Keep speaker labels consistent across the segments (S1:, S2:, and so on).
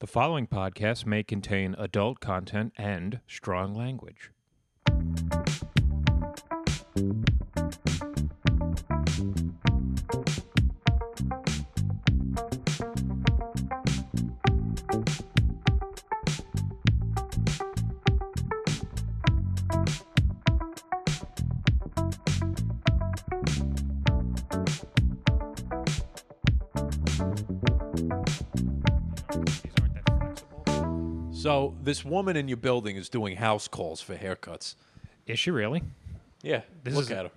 S1: The following podcast may contain adult content and strong language.
S2: So this woman in your building is doing house calls for haircuts.
S1: Is she really?
S2: Yeah,
S1: This
S2: look
S1: is-
S2: at her.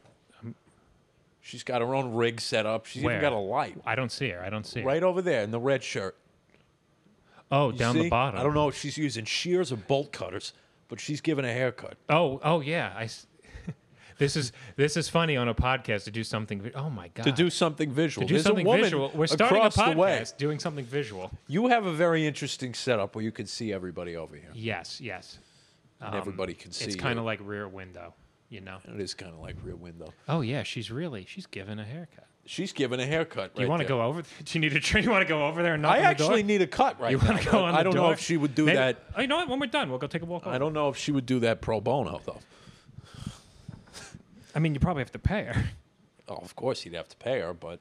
S2: She's got her own rig set up. She's
S1: Where?
S2: even got a light
S1: I don't see her. I don't see her.
S2: right over there in the red shirt.
S1: Oh,
S2: You
S1: down
S2: see?
S1: the bottom.
S2: I don't know if she's using shears or bolt cutters, but she's giving a haircut.
S1: Oh, oh yeah. I. s- this is this is funny on a podcast to do something. vi- Oh my god.
S2: To do something
S1: To
S2: visual.
S1: do
S2: There's
S1: something
S2: a woman
S1: visual. We're starting a
S2: across the way.
S1: podcast doing something visual.
S2: You have a very interesting setup where you can see everybody over here.
S1: Yes, yes.
S2: And everybody can see
S1: Um, It's
S2: you.
S1: kind of like Rear Window, you know.
S2: It is kind of like rear window.
S1: Oh yeah, she's really she's giving a haircut.
S2: She's giving a haircut.
S1: Do you want to go over? Do you need a train? You want to go over there and knock on
S2: I
S1: the door?
S2: actually need a cut right
S1: You
S2: now.
S1: want to go
S2: but
S1: on?
S2: I
S1: the
S2: don't know
S1: door?
S2: if she would do
S1: Maybe-
S2: that.
S1: Oh, you know what? When we're done, we'll go take a walk.
S2: I
S1: I,
S2: don't know if she would do that pro bono though.
S1: I mean, you probably have to pay her.
S2: Oh, of course he'd have to pay her, but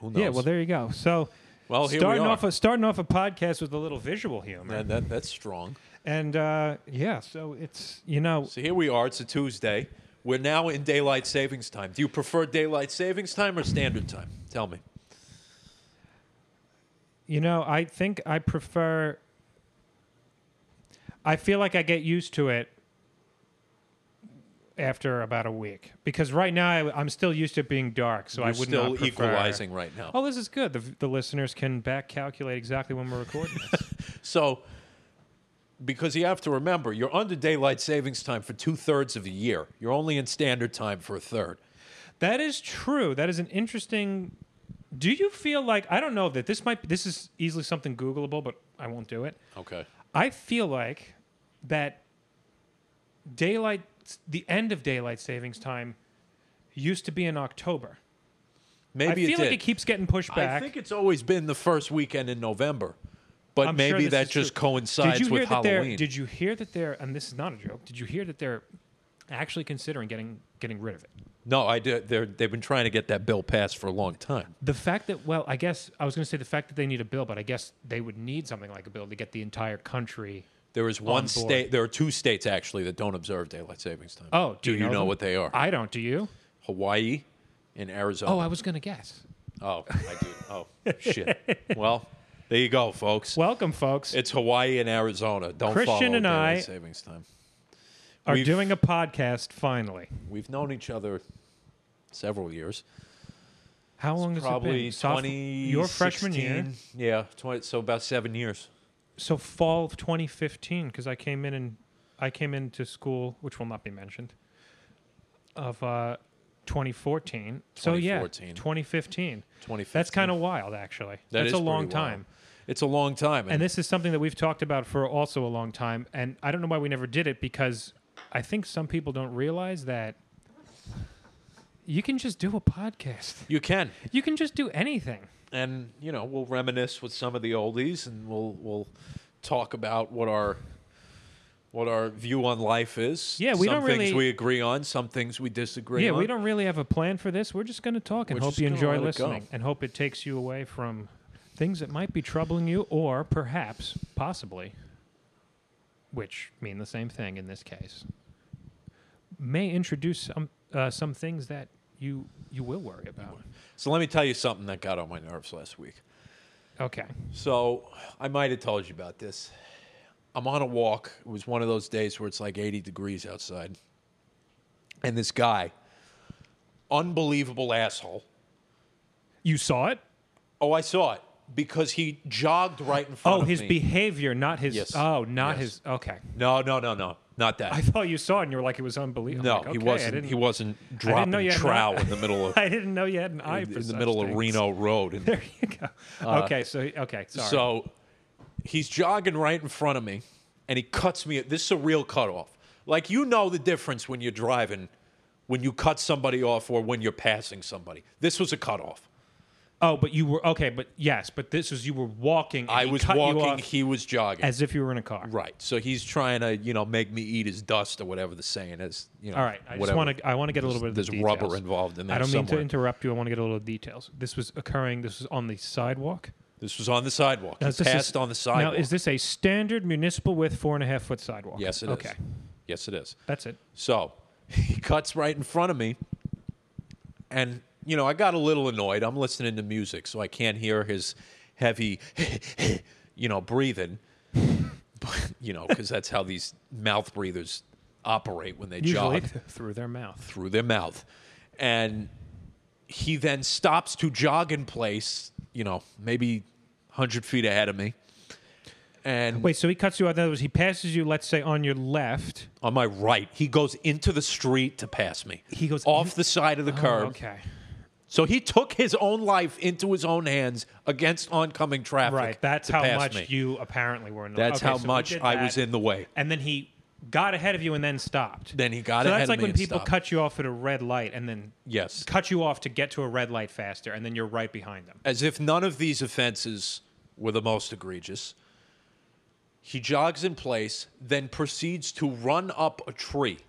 S2: who knows?
S1: Yeah. Well, there you go. So.
S2: Well, Oh, here we
S1: starting
S2: are.
S1: off a starting off a podcast with a little visual humor,
S2: That- that- that's strong.
S1: and uh, yeah, so it's you know
S2: So here we are. It's a Tuesday. We're now in daylight savings time. Do you prefer daylight savings time or standard time? Tell me.
S1: You know, I think I prefer. I feel like I get used to it after about a week because right now I, I'm still used to it being dark, so I
S2: You're
S1: would
S2: still
S1: not prefer.
S2: equalizing right now.
S1: Oh, this is good. The, the listeners can back calculate exactly when we're recording. this.
S2: So, because you have to remember, you're under daylight savings time for two thirds of the year. You're only in standard time for a third.
S1: that is true. That is an interesting. Do you feel like I don't know that this might this is easily something Googleable, but I won't do it.
S2: Okay.
S1: I feel like that daylight, the end of daylight savings time, used to be in October.
S2: Maybe
S1: I feel
S2: it
S1: like
S2: did.
S1: it keeps getting pushed
S2: I
S1: back.
S2: think it's always been the first weekend in November, but
S1: I'm sure
S2: maybe
S1: this
S2: that
S1: is true.
S2: just coincides
S1: did you
S2: with
S1: hear that they're-
S2: Halloween.
S1: Did you hear that they're? And this is not a joke. Did you hear that they're actually considering getting getting rid of it?
S2: No, I did. They're, they've been trying to get that bill passed for a long time.
S1: The fact that, well, I guess I was going to say the fact that they need a bill, but I guess they would need something like a bill to get the entire country.
S2: There is one
S1: board.
S2: state. There are two states actually that don't observe daylight savings time.
S1: Oh, do,
S2: do you know,
S1: them?
S2: what they are?
S1: I don't. Do you?
S2: Hawaii and
S1: Oh,
S2: Arizona.
S1: I was going to guess.
S2: Oh, I do. Oh, shit. Well, there you go, folks.
S1: Welcome, folks.
S2: it's Hawaii and Arizona. Don't
S1: Christian
S2: follow
S1: and I-
S2: daylight savings time.
S1: Are
S2: we've-
S1: doing a podcast finally.
S2: We've known each other several years.
S1: How long has it
S2: Probably
S1: been? Soph-
S2: twenty.
S1: Your freshman year,
S2: Yeah, 20, so about seven years.
S1: so fall of 2015, because I came in and I came into school, which will not be mentioned, of uh, 2014. So yeah,
S2: 2014.
S1: 2015.
S2: Twenty.
S1: That's kind of wild, actually. That's a long time.
S2: It's a long time,
S1: And this is something that we've talked about for also a long time. And I don't know why we never did it because I think some people don't realize that you can just do a podcast.
S2: you can.
S1: You can just do anything.
S2: and you know we'll reminisce with some of the oldies and we'll we'll talk about what our what our view on life is.
S1: Yeah, we
S2: some
S1: don't
S2: things
S1: really-
S2: we agree on, some things we disagree
S1: yeah,
S2: on.
S1: we don't really have a plan for this. We're just going to talk and
S2: We're
S1: hope
S2: just
S1: you
S2: gonna
S1: enjoy
S2: let it go.
S1: listening and hope it takes you away from things that might be troubling you or perhaps, possibly, which mean the same thing in this case, may introduce some uh, some things that you you will worry about.
S2: So let me tell you something that got on my nerves last week.
S1: Okay.
S2: So I might have told you about this. I'm on a walk. It was one of those days where it's like 80 degrees outside. And this guy, unbelievable asshole.
S1: You saw it?
S2: Oh, I saw it because he jogged right in front
S1: Oh,
S2: of
S1: his
S2: me.
S1: behavior, not his
S2: Yes.
S1: Oh, not
S2: Yes.
S1: his Okay.
S2: No, no, no, no. Not that.
S1: I thought you saw it and you were like it was unbelievable.
S2: No,
S1: I'm like,
S2: he
S1: okay, I
S2: wasn't.
S1: didn't-
S2: He wasn't
S1: I didn't
S2: dropping
S1: know you had an
S2: trow
S1: eye-
S2: in the middle of
S1: I didn't know you had an eye
S2: in
S1: for
S2: the
S1: such
S2: middle of
S1: things.
S2: Reno Road. And
S1: There you go. okay, so okay, sorry.
S2: so he's jogging right in front of me, and he cuts me. This is a real cutoff. Like you know the difference when you're driving, when you cut somebody off or when you're passing somebody. This was a cutoff.
S1: Oh, but you were okay, but yes, but this is you were walking. and
S2: I
S1: he
S2: was
S1: cut you
S2: walking,
S1: off
S2: he was jogging.
S1: as if you were in a car.
S2: right. So he's trying to, you know, make me eat his dust or whatever the saying is. You know,
S1: All right, I
S2: whatever.
S1: just want to. I want to get a little bit of the
S2: There's rubber
S1: details.
S2: involved in there
S1: I don't mean
S2: somewhere.
S1: to interrupt you. I want to get a little details. This was occurring. This was on the sidewalk.
S2: this was on the sidewalk.
S1: Now,
S2: He
S1: is this a-
S2: passed on the sidewalk.
S1: Now, is this a standard municipal width four and a half foot sidewalk?
S2: yes, it is.
S1: okay.
S2: Yes, it is.
S1: that's it.
S2: So he cuts right in front of me. And, you know, I got a little annoyed. I'm listening to music, so I can't hear his heavy, you know, breathing. But, you know, because that's how these mouth breathers operate when they
S1: Usually
S2: jog
S1: th- through their mouth.
S2: through their mouth. And he then stops to jog in place, you know, maybe 100 feet ahead of me. And
S1: Wait, so he cuts you out. In other words, he passes you. Let's say on your left.
S2: on my right, he goes into the street to pass me.
S1: He goes
S2: off
S1: in-
S2: the side of the
S1: Oh,
S2: curb.
S1: okay.
S2: So he took his own life into his own hands against oncoming traffic.
S1: Right. That's
S2: to
S1: how
S2: pass
S1: much
S2: me.
S1: you apparently were in. The
S2: That's
S1: okay,
S2: how
S1: so he
S2: much
S1: did
S2: I was
S1: that,
S2: in the way.
S1: And then he got ahead of you and then stopped.
S2: Then he got
S1: so
S2: ahead
S1: that's
S2: of
S1: like
S2: me
S1: when
S2: and
S1: people
S2: stopped.
S1: cut you off at a red light and then
S2: Yes.
S1: cut you off to get to a red light faster, and then you're right behind them.
S2: As if none of these offenses were the most egregious. He jogs in place, then proceeds to run up a tree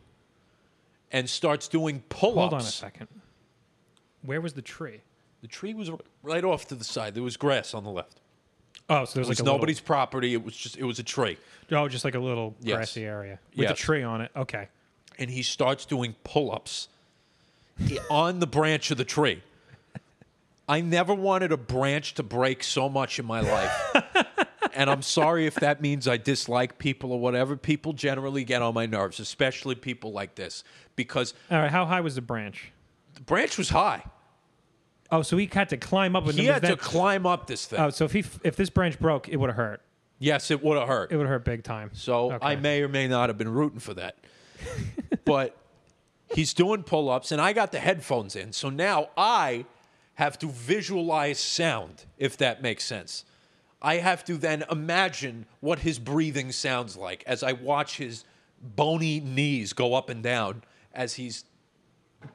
S2: and starts doing pull ups.
S1: Hold on a second. Where was the tree?
S2: The tree was right off to the side. There was grass on the left.
S1: Oh, so there's
S2: It was
S1: like a
S2: nobody's property. It was just it was a tree.
S1: Little, oh, just like a little
S2: Yes.
S1: grassy area with a
S2: Yes.
S1: tree on it. Okay.
S2: and he starts doing pull ups on the branch of the tree. I never wanted a branch to break so much in my life. and I'm sorry if that means I dislike people or whatever. People generally get on my nerves, especially people like this, because
S1: All right. How high was the branch?
S2: the branch was high.
S1: Oh, so he had to climb up. And then
S2: He
S1: was
S2: had
S1: that,
S2: to climb up this thing.
S1: Oh, so if he f- if this branch broke, it would have hurt.
S2: yes, it would have hurt.
S1: It would have hurt big time.
S2: So I
S1: Okay.
S2: may or may not have been rooting for that. but he's doing pull ups, and I got the headphones in. So now I have to visualize sound, if that makes sense. I have to then imagine what his breathing sounds like as I watch his bony knees go up and down as he's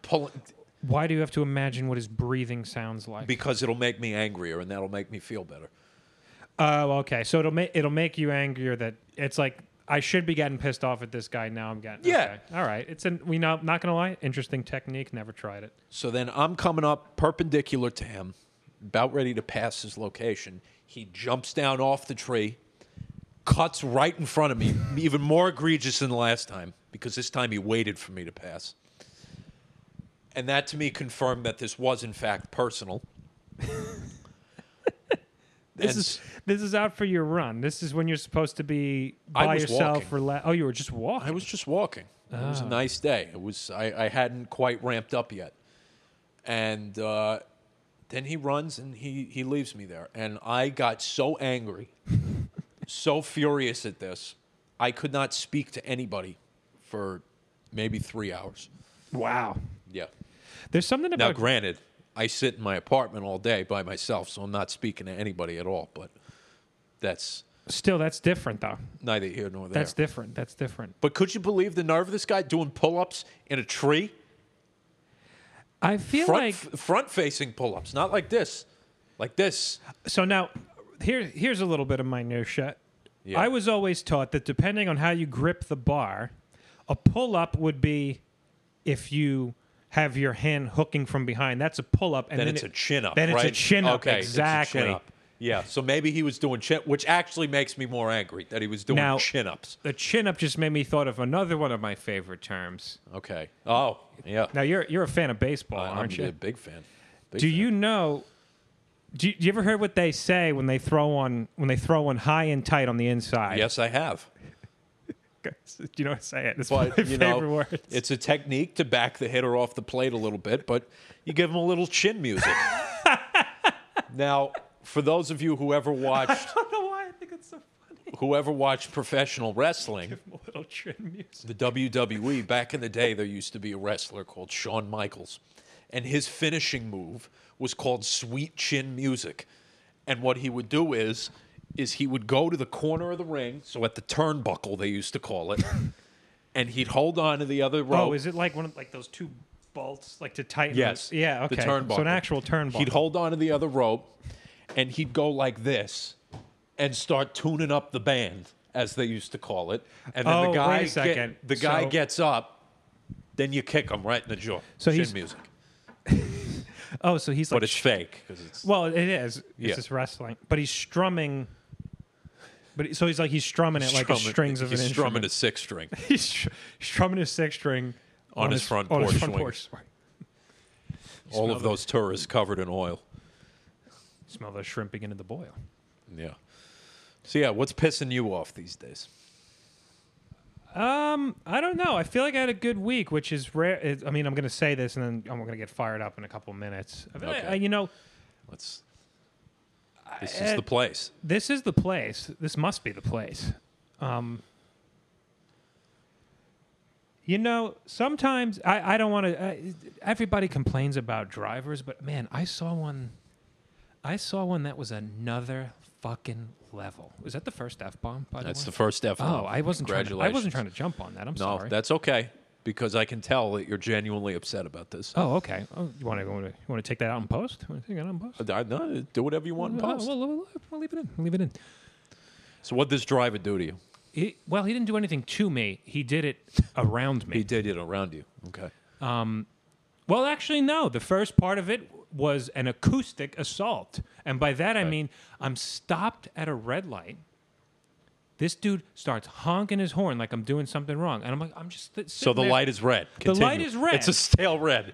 S2: pulling,
S1: Why do you have to imagine what his breathing sounds like?
S2: because it'll make me angrier and that'll make me feel better.
S1: Oh, okay. So it'll make it'll make you angrier that it's like I should be getting pissed off at this guy. Now I'm getting
S2: Yeah.
S1: okay. All right. It's an we not not gonna lie. Interesting technique. Never tried it.
S2: So then I'm coming up perpendicular to him, about ready to pass his location. He jumps down off the tree, cuts right in front of me, even more egregious than the last time, because this time he waited for me to pass. And that to me confirmed that this was, in fact, personal.
S1: This
S2: And-
S1: is this is out for your run. This is when you're supposed to be
S2: I
S1: by
S2: was
S1: yourself.
S2: walking.
S1: Rela- oh, you were just walking.
S2: I was just walking. It was a nice day. It was I, I hadn't quite ramped up yet, and uh, then he runs and he he leaves me there, and I got so angry, so furious at this, I could not speak to anybody for maybe three hours.
S1: wow.
S2: Yeah.
S1: There's something
S2: Now,
S1: about
S2: granted, I sit in my apartment all day by myself, so I'm not speaking to anybody at all. But that's
S1: still that's different though.
S2: neither here nor there.
S1: That's different. That's different.
S2: but could you believe the nerve of this guy doing pull-ups in a tree?
S1: I feel
S2: front,
S1: like
S2: f- front-facing pull-ups, not like this, like this.
S1: so now here here's a little bit of minutia.
S2: Yeah.
S1: I was always taught that depending on how you grip the bar, a pull up would be if you have your hand hooking from behind. That's a pull up, and
S2: Then
S1: then,
S2: it's a
S1: it-
S2: chin-up.
S1: Then it's
S2: right?
S1: a chin up.
S2: Okay, it's a
S1: exactly.
S2: chin-up. Yeah, so maybe he was doing chin, which actually makes me more angry that he was doing
S1: Now-
S2: chin-ups.
S1: The chin up just made me thought of another one of my favorite terms.
S2: Okay. Oh, yeah.
S1: Now you're you're a fan of baseball,
S2: I- I'm
S1: aren't
S2: a
S1: you?
S2: big fan. Big
S1: Do
S2: fan.
S1: you know? Do you, do you ever hear what they say when they throw one when they throw one high and tight on the inside?
S2: Yes, I have.
S1: Do you know what I say? It. It's one of
S2: But
S1: my
S2: you
S1: favorite
S2: know,
S1: words.
S2: it's a technique to back the hitter off the plate a little bit, but you give him a little chin music. now, for those of you who ever watched,
S1: I don't know why I think it's so funny.
S2: whoever watched professional wrestling,
S1: A little chin music.
S2: the WWE, back in the day, there used to be a wrestler called Shawn Michaels, and his finishing move was called Sweet Chin Music. And what he would do is, is he would go to the corner of the ring, so at the turnbuckle they used to call it, and he'd hold on to the other rope.
S1: Oh, is it like one of like those two bolts like to tighten.
S2: Yes,
S1: the- yeah.
S2: the
S1: Okay. So
S2: turnbuckle.
S1: an actual turnbuckle.
S2: He'd hold on to the other rope and he'd go like this and start tuning up the band, as they used to call it. And then
S1: Oh,
S2: the
S1: wait a
S2: guy
S1: second.
S2: Get, the guy
S1: So-
S2: gets up, then you kick him right in the jaw.
S1: So
S2: Shin
S1: he's-
S2: music.
S1: oh, so he's like.
S2: But it's fake because it's
S1: well, it is. It's
S2: Yeah.
S1: just wrestling, but he's strumming. But he- so he's like he's strumming it like
S2: strumming-
S1: a strings of
S2: he's
S1: an instrument.
S2: strumming a six string.
S1: he's str- strumming his six string
S2: On his front
S1: on
S2: porch
S1: His front
S2: swing.
S1: porch. swing.
S2: All of those tourists covered in oil.
S1: Smell the shrimp beginning to boil.
S2: Yeah. So yeah, what's pissing you off these days?
S1: Um, I don't know. I feel like I had a good week, which is rare. it- I mean, I'm going to say this, and then I'm going to get fired up in a couple minutes. I feel like-
S2: Okay.
S1: I- you know,
S2: Let's. This is the place.
S1: this is the place. This must be the place. Um, you know, sometimes I, I don't want to. Uh, everybody complains about drivers, but man, I saw one. I saw one that was another fucking level. Was that the first f bomb? By the
S2: That's
S1: way,
S2: the first F.
S1: oh, I wasn't. Trying to, I wasn't
S2: Congratulations.
S1: trying to jump on that. I'm
S2: No,
S1: sorry.
S2: that's okay because I can tell that you're genuinely upset about this.
S1: Oh, okay. Oh, you want to you want to take that out in post? Want to take that out in post?
S2: I- no, do whatever you want in
S1: Oh,
S2: post.
S1: well, well, well, we'll leave it in. We'll leave it in.
S2: So what this driver do to you?
S1: He- well, he didn't do anything to me. He did it around me.
S2: He did it around you. Okay.
S1: well, actually, no. The first part of it was an acoustic assault, and by that I mean I'm stopped at a red light. This dude starts honking his horn like I'm doing something wrong, and I'm like, I'm just th-
S2: So
S1: sitting
S2: the
S1: there.
S2: light is red.
S1: The light
S2: Continue.
S1: is red.
S2: It's a stale red.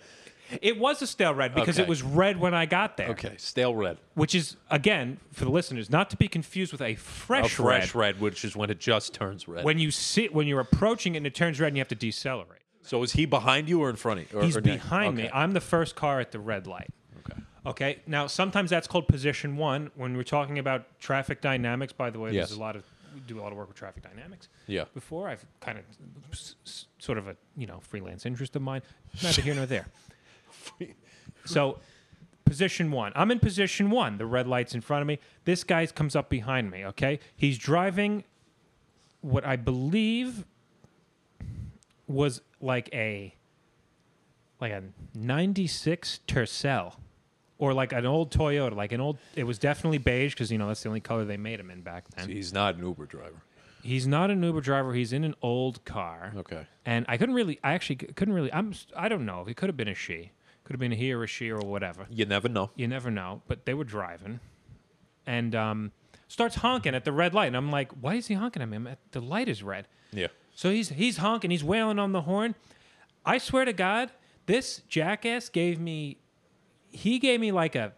S1: It was a stale red because
S2: Okay.
S1: it was red when I got there.
S2: Okay, stale red.
S1: Which is again for the listeners not to be confused with a
S2: A
S1: fresh,
S2: fresh
S1: red.
S2: red. which is when it just turns red.
S1: When you sit, when you're approaching it and it turns red, and you have to decelerate.
S2: so is he behind you or in front of you? Or,
S1: He's
S2: or next-
S1: behind me.
S2: okay.
S1: I'm the first car at the red light.
S2: Okay.
S1: Okay. Now, sometimes that's called position one. When we're talking about traffic dynamics, by the way,
S2: Yes.
S1: there's a lot of we do a lot of work with traffic dynamics.
S2: Yeah.
S1: Before I've kind of s- s- sort of a you know freelance interest of mine, neither here nor there. so, position one. I'm in position one. The red light's in front of me. This guy comes up behind me. Okay. He's driving what I believe was like a like a 96 Tercel or like an old Toyota, like an old it was definitely beige cuz you know that's the only color they made him in back then.
S2: He's not an Uber driver.
S1: He's not an Uber driver, he's in an old car.
S2: Okay.
S1: And I couldn't really I actually c- couldn't really I'm s- I don't know. It could have been a she. Could have been a he or a she or whatever.
S2: You never know.
S1: You never know, but they were driving and um starts honking at the red light and I'm like, "Why is he honking at me? I'm at, the light is red."
S2: Yeah.
S1: So he's he's honking, he's wailing on the horn. I swear to God, this jackass gave me he gave me like a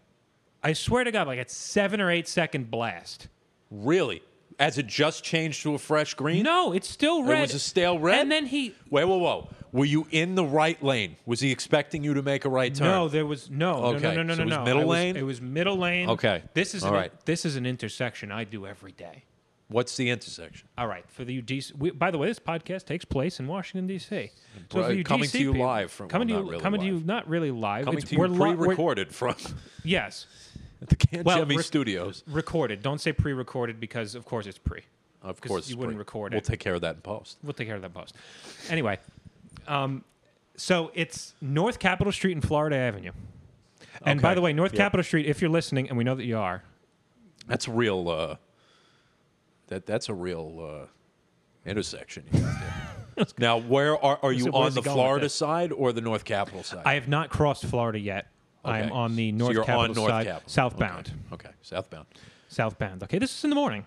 S1: I swear to God, like a seven or eight second blast.
S2: Really? As it just changed to a fresh green?
S1: No, it's still
S2: It
S1: red.
S2: was a stale red?
S1: And then he
S2: Wait, whoa, whoa. Were you in the right lane? Was he expecting you to make a right turn?
S1: No, there was no
S2: Okay,
S1: no no no no
S2: so it was
S1: no.
S2: middle
S1: I
S2: lane?
S1: It was middle lane.
S2: Okay,
S1: This is
S2: all
S1: an,
S2: right.
S1: this is an intersection I do every day.
S2: What's the intersection?
S1: All right, for the UDC. We, by the way, this podcast takes place in Washington D.C. So
S2: Right,
S1: for you
S2: uh, coming to
S1: DC
S2: you
S1: people-
S2: live from-
S1: coming to you
S2: well, not really
S1: coming to
S2: live.
S1: you not really live.
S2: Coming
S1: it's,
S2: to you
S1: we're li- we're-
S2: pre-recorded from
S1: yes,
S2: at the Can
S1: Well,
S2: Jemmy
S1: rec-
S2: Studios.
S1: recorded. Don't say pre-recorded because, of course, it's pre.
S2: Of
S1: 'Cause
S2: course,
S1: you wouldn't
S2: Spring.
S1: record
S2: We'll
S1: it.
S2: take care of that in post.
S1: We'll take care of that post. Anyway, um, so it's North Capitol Street and Florida Avenue. And by
S2: Okay.
S1: the way, North
S2: Yeah.
S1: Capitol Street, if you're listening, and we know that you are,
S2: That's a real. Uh, that that's a real uh, intersection. You got there. now, where are are you
S1: Where's
S2: on
S1: it
S2: the
S1: going with
S2: Florida
S1: this?
S2: side or the North Capitol side?
S1: I have not crossed Florida yet. I'm
S2: Okay.
S1: on the
S2: So
S1: North
S2: you're
S1: Capitol
S2: on North
S1: side,
S2: Capitol.
S1: southbound.
S2: okay, southbound.
S1: Southbound. Okay, this is in the morning,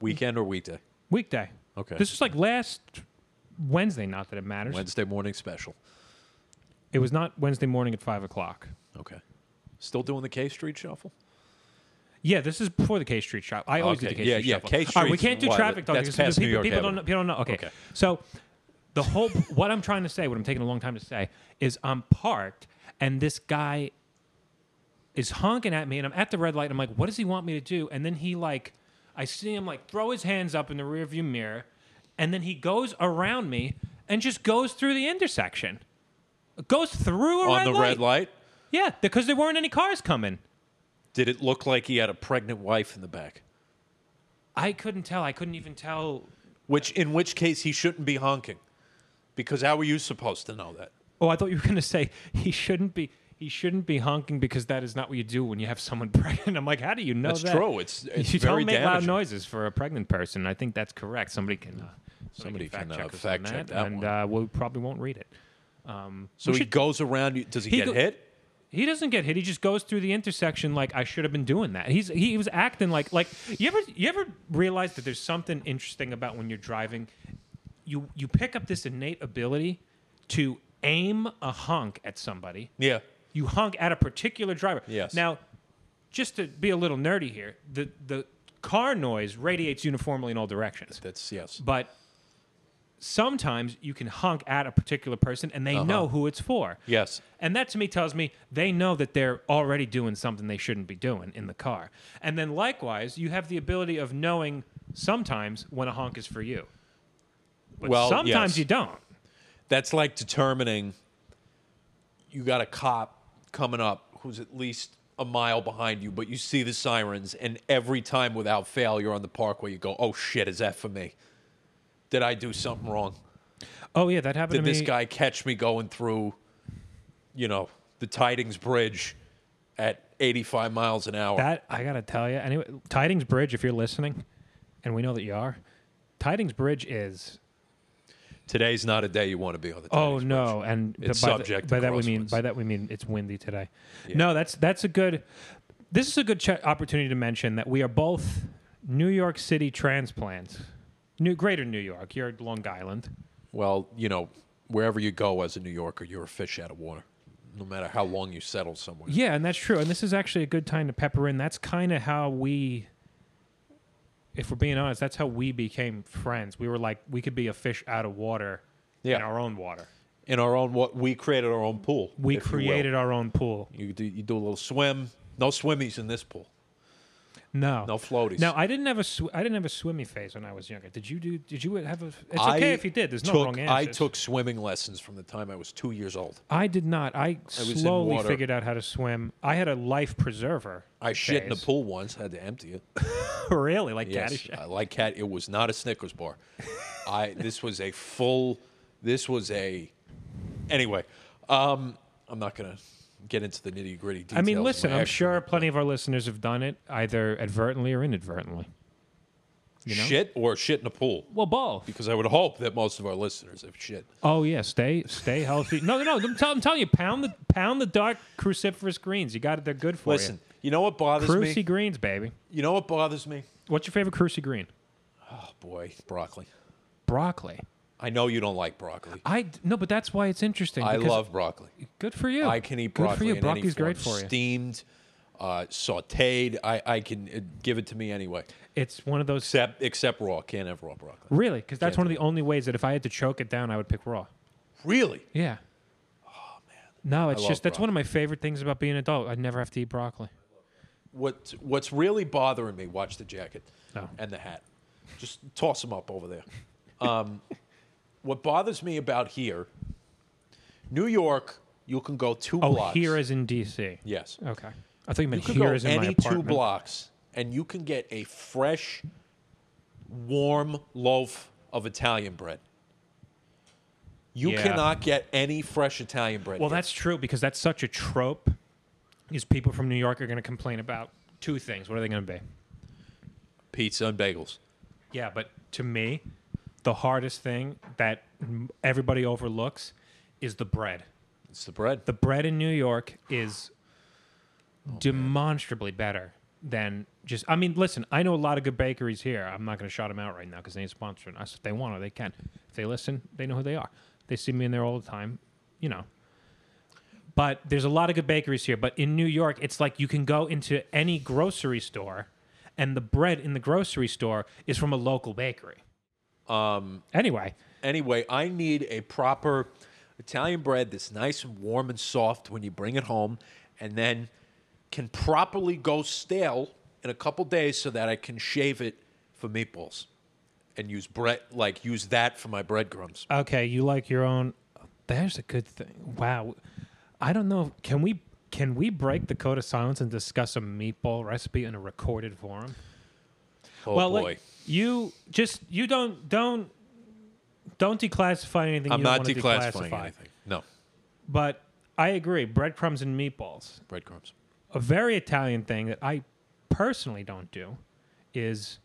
S2: Weekend or weekday?
S1: weekday.
S2: Okay.
S1: This was like last Wednesday. Not that it matters.
S2: Wednesday morning special.
S1: It was not Wednesday morning at five o'clock.
S2: Okay. Still doing the K Street shuffle?
S1: Yeah, this is before the K Street shop. I always do the
S2: Okay,
S1: K
S2: yeah,
S1: Street
S2: yeah,
S1: shuffle.
S2: K
S1: All right, we
S2: Street's
S1: can't do
S2: wide.
S1: traffic talk
S2: That's
S1: because
S2: past
S1: people,
S2: New York
S1: people don't
S2: Avenue.
S1: know, people don't know. Okay.
S2: Okay.
S1: so the whole what I'm trying to say, what I'm taking a long time to say, is I'm parked and this guy is honking at me, and I'm at the red light. And I'm like, what does he want me to do? And then he like, I see him like throw his hands up in the rearview mirror, and then he goes around me and just goes through the intersection, goes through a
S2: on the red light?
S1: Yeah, because there weren't any cars coming.
S2: Did it look like he had a pregnant wife in the back?
S1: I couldn't tell. I couldn't even tell
S2: Which, in which case, he shouldn't be honking, because how are you supposed to know that?
S1: Oh, I thought you were going to say he shouldn't be. He shouldn't be honking because that is not what you do when you have someone pregnant. I'm like, how do you know
S2: That's
S1: that?
S2: true. It's it's
S1: you
S2: very
S1: don't make
S2: damaging.
S1: loud noises for a pregnant person. I think that's correct. Somebody can. Uh,
S2: Somebody
S1: fact
S2: can,
S1: check
S2: uh,
S1: us on
S2: fact check that
S1: and
S2: one.
S1: Uh, we probably won't read it.
S2: So
S1: We
S2: he
S1: should-
S2: goes around. you- Does he,
S1: He
S2: get
S1: go-
S2: hit?
S1: He doesn't get hit. He just goes through the intersection like I should have been doing that. He's he was acting like like you ever you ever realize that there's something interesting about when you're driving, you you pick up this innate ability to aim a honk at somebody.
S2: Yeah.
S1: You honk at a particular driver.
S2: Yes.
S1: Now, just to be a little nerdy here, the the car noise radiates uniformly in all directions.
S2: That's yes.
S1: but sometimes you can honk at a particular person and
S2: Uh-huh.
S1: they know who it's for.
S2: Yes.
S1: And that to me tells me they know that they're already doing something they shouldn't be doing in the car. And then likewise, you have the ability of knowing sometimes when a honk is for you. But
S2: Well,
S1: sometimes
S2: yes.
S1: you don't.
S2: That's like determining you got a cop coming up who's at least a mile behind you, but you see the sirens, and every time without fail, you're on the parkway. You go, oh shit, is that for me? Did I do something wrong?
S1: Oh yeah, that happened
S2: Did
S1: to
S2: this
S1: me.
S2: guy catch me going through, you know, the Tidings Bridge at 85 miles an hour?
S1: That I gotta tell you. Anyway, Tidings Bridge, if you're listening, and we know that you are, Tidings Bridge is
S2: Today's not a day you want to be on the
S1: Oh
S2: Tidings
S1: no, and th-
S2: It's
S1: by, th-
S2: subject to
S1: by that we mean
S2: crosswinds.
S1: by that we mean it's windy today. No, that's that's a good. This is a good che- opportunity to mention that we are both New York City transplants. New Greater New York. You're Long Island.
S2: Well, you know, wherever you go as a New Yorker, you're a fish out of water, no matter how long you settle somewhere.
S1: Yeah, and that's true. And this is actually a good time to pepper in. That's kind of how we, if we're being honest, that's how we became friends. We were like we could be a fish out of water
S2: Yeah.
S1: in our own water.
S2: In our own, what we created our own pool.
S1: We
S2: if you will.
S1: created our own pool.
S2: You, do, you do a little swim. No swimmies in this pool.
S1: No,
S2: No floaties.
S1: Now I didn't have a sw- I didn't have a swimming phase when I was younger. Did you do? Did you have a? It's
S2: I
S1: okay if you did. There's
S2: took,
S1: no wrong answer.
S2: I took swimming lessons from the time I was two years old.
S1: I did not. I,
S2: in
S1: slowly
S2: water.
S1: figured out how to swim. I had a life preserver.
S2: I shit in the
S1: phase.
S2: pool once. Had to empty it.
S1: really, like
S2: Yes,
S1: Caddyshack.
S2: I like cat. It was not a Snickers bar. I this was a full. This was a. Anyway, um, I'm not gonna get into the nitty gritty details.
S1: I mean,
S2: of
S1: listen.
S2: my
S1: I'm
S2: actual-
S1: sure plenty of our listeners have done it either advertently or inadvertently. you know?
S2: shit or shit in a pool.
S1: Well, both.
S2: Because I would hope that most of our listeners have shit.
S1: Oh yeah, stay stay healthy. No, no, no. I'm, tell, I'm telling you, pound the pound the dark cruciferous greens. You got it. They're good for
S2: Listen, you know what bothers
S1: you. Cruci
S2: me?
S1: greens, baby.
S2: You know what bothers me?
S1: What's your favorite cruci green?
S2: Oh boy, broccoli.
S1: Broccoli.
S2: I know you don't like broccoli.
S1: I d- no, but that's why it's interesting.
S2: I
S1: because-
S2: love broccoli.
S1: Good for you.
S2: I can eat
S1: Good
S2: broccoli.
S1: for you.
S2: in
S1: Broccoli's
S2: any form.
S1: great for you.
S2: Steamed, uh, sautéed. I, I can uh, give it to me anyway.
S1: It's one of those.
S2: Except except raw. Can't have raw broccoli.
S1: Really, because that's one of the only ways that if I had to choke it down, I would pick raw.
S2: Really?
S1: Yeah. Oh man. No, it's
S2: love
S1: just that's one of my favorite things about being an adult. I never have to eat broccoli.
S2: What what's really bothering me? Watch the jacket
S1: No.
S2: and the hat. Just toss them up over there. Um, what bothers me about here, New York, you can go two
S1: Oh,
S2: blocks.
S1: here is in D.C.
S2: yes,
S1: Okay. I thought you
S2: you
S1: meant
S2: can
S1: here
S2: go
S1: is in my
S2: any two
S1: apartment.
S2: blocks, and you can get a fresh, warm loaf of Italian bread. You
S1: Yeah.
S2: cannot get any fresh Italian bread.
S1: Well,
S2: here.
S1: that's true because that's such a trope. Is people from New York are going to complain about two things? What are they going to be?
S2: pizza and bagels.
S1: Yeah, but to me, the hardest thing that m- everybody overlooks is the bread.
S2: It's the bread.
S1: the bread in New York is demonstrably better than just. I mean, listen, I know a lot of good bakeries here. I'm not going to shout them out right now because they ain't sponsoring us. If they want to, they can. If they listen, they know who they are. They see me in there all the time, you know. But there's a lot of good bakeries here. But in New York, it's like you can go into any grocery store, and the bread in the grocery store is from a local bakery. Um. Anyway,
S2: Anyway, I need a proper Italian bread that's nice and warm and soft when you bring it home, and then can properly go stale in a couple days so that I can shave it for meatballs and use bread like use that for my breadcrumbs.
S1: Okay, you like your own. There's a good thing. Wow, I don't know. Can we can we break the code of silence and discuss a meatball recipe in a recorded form?
S2: Oh
S1: well,
S2: boy,
S1: like, you just you don't don't don't declassify anything.
S2: I'm
S1: you don't
S2: not
S1: wanna
S2: declassifying
S1: declassify.
S2: anything. No,
S1: But I agree. Breadcrumbs and meatballs.
S2: Breadcrumbs.
S1: A very Italian thing that I personally don't do is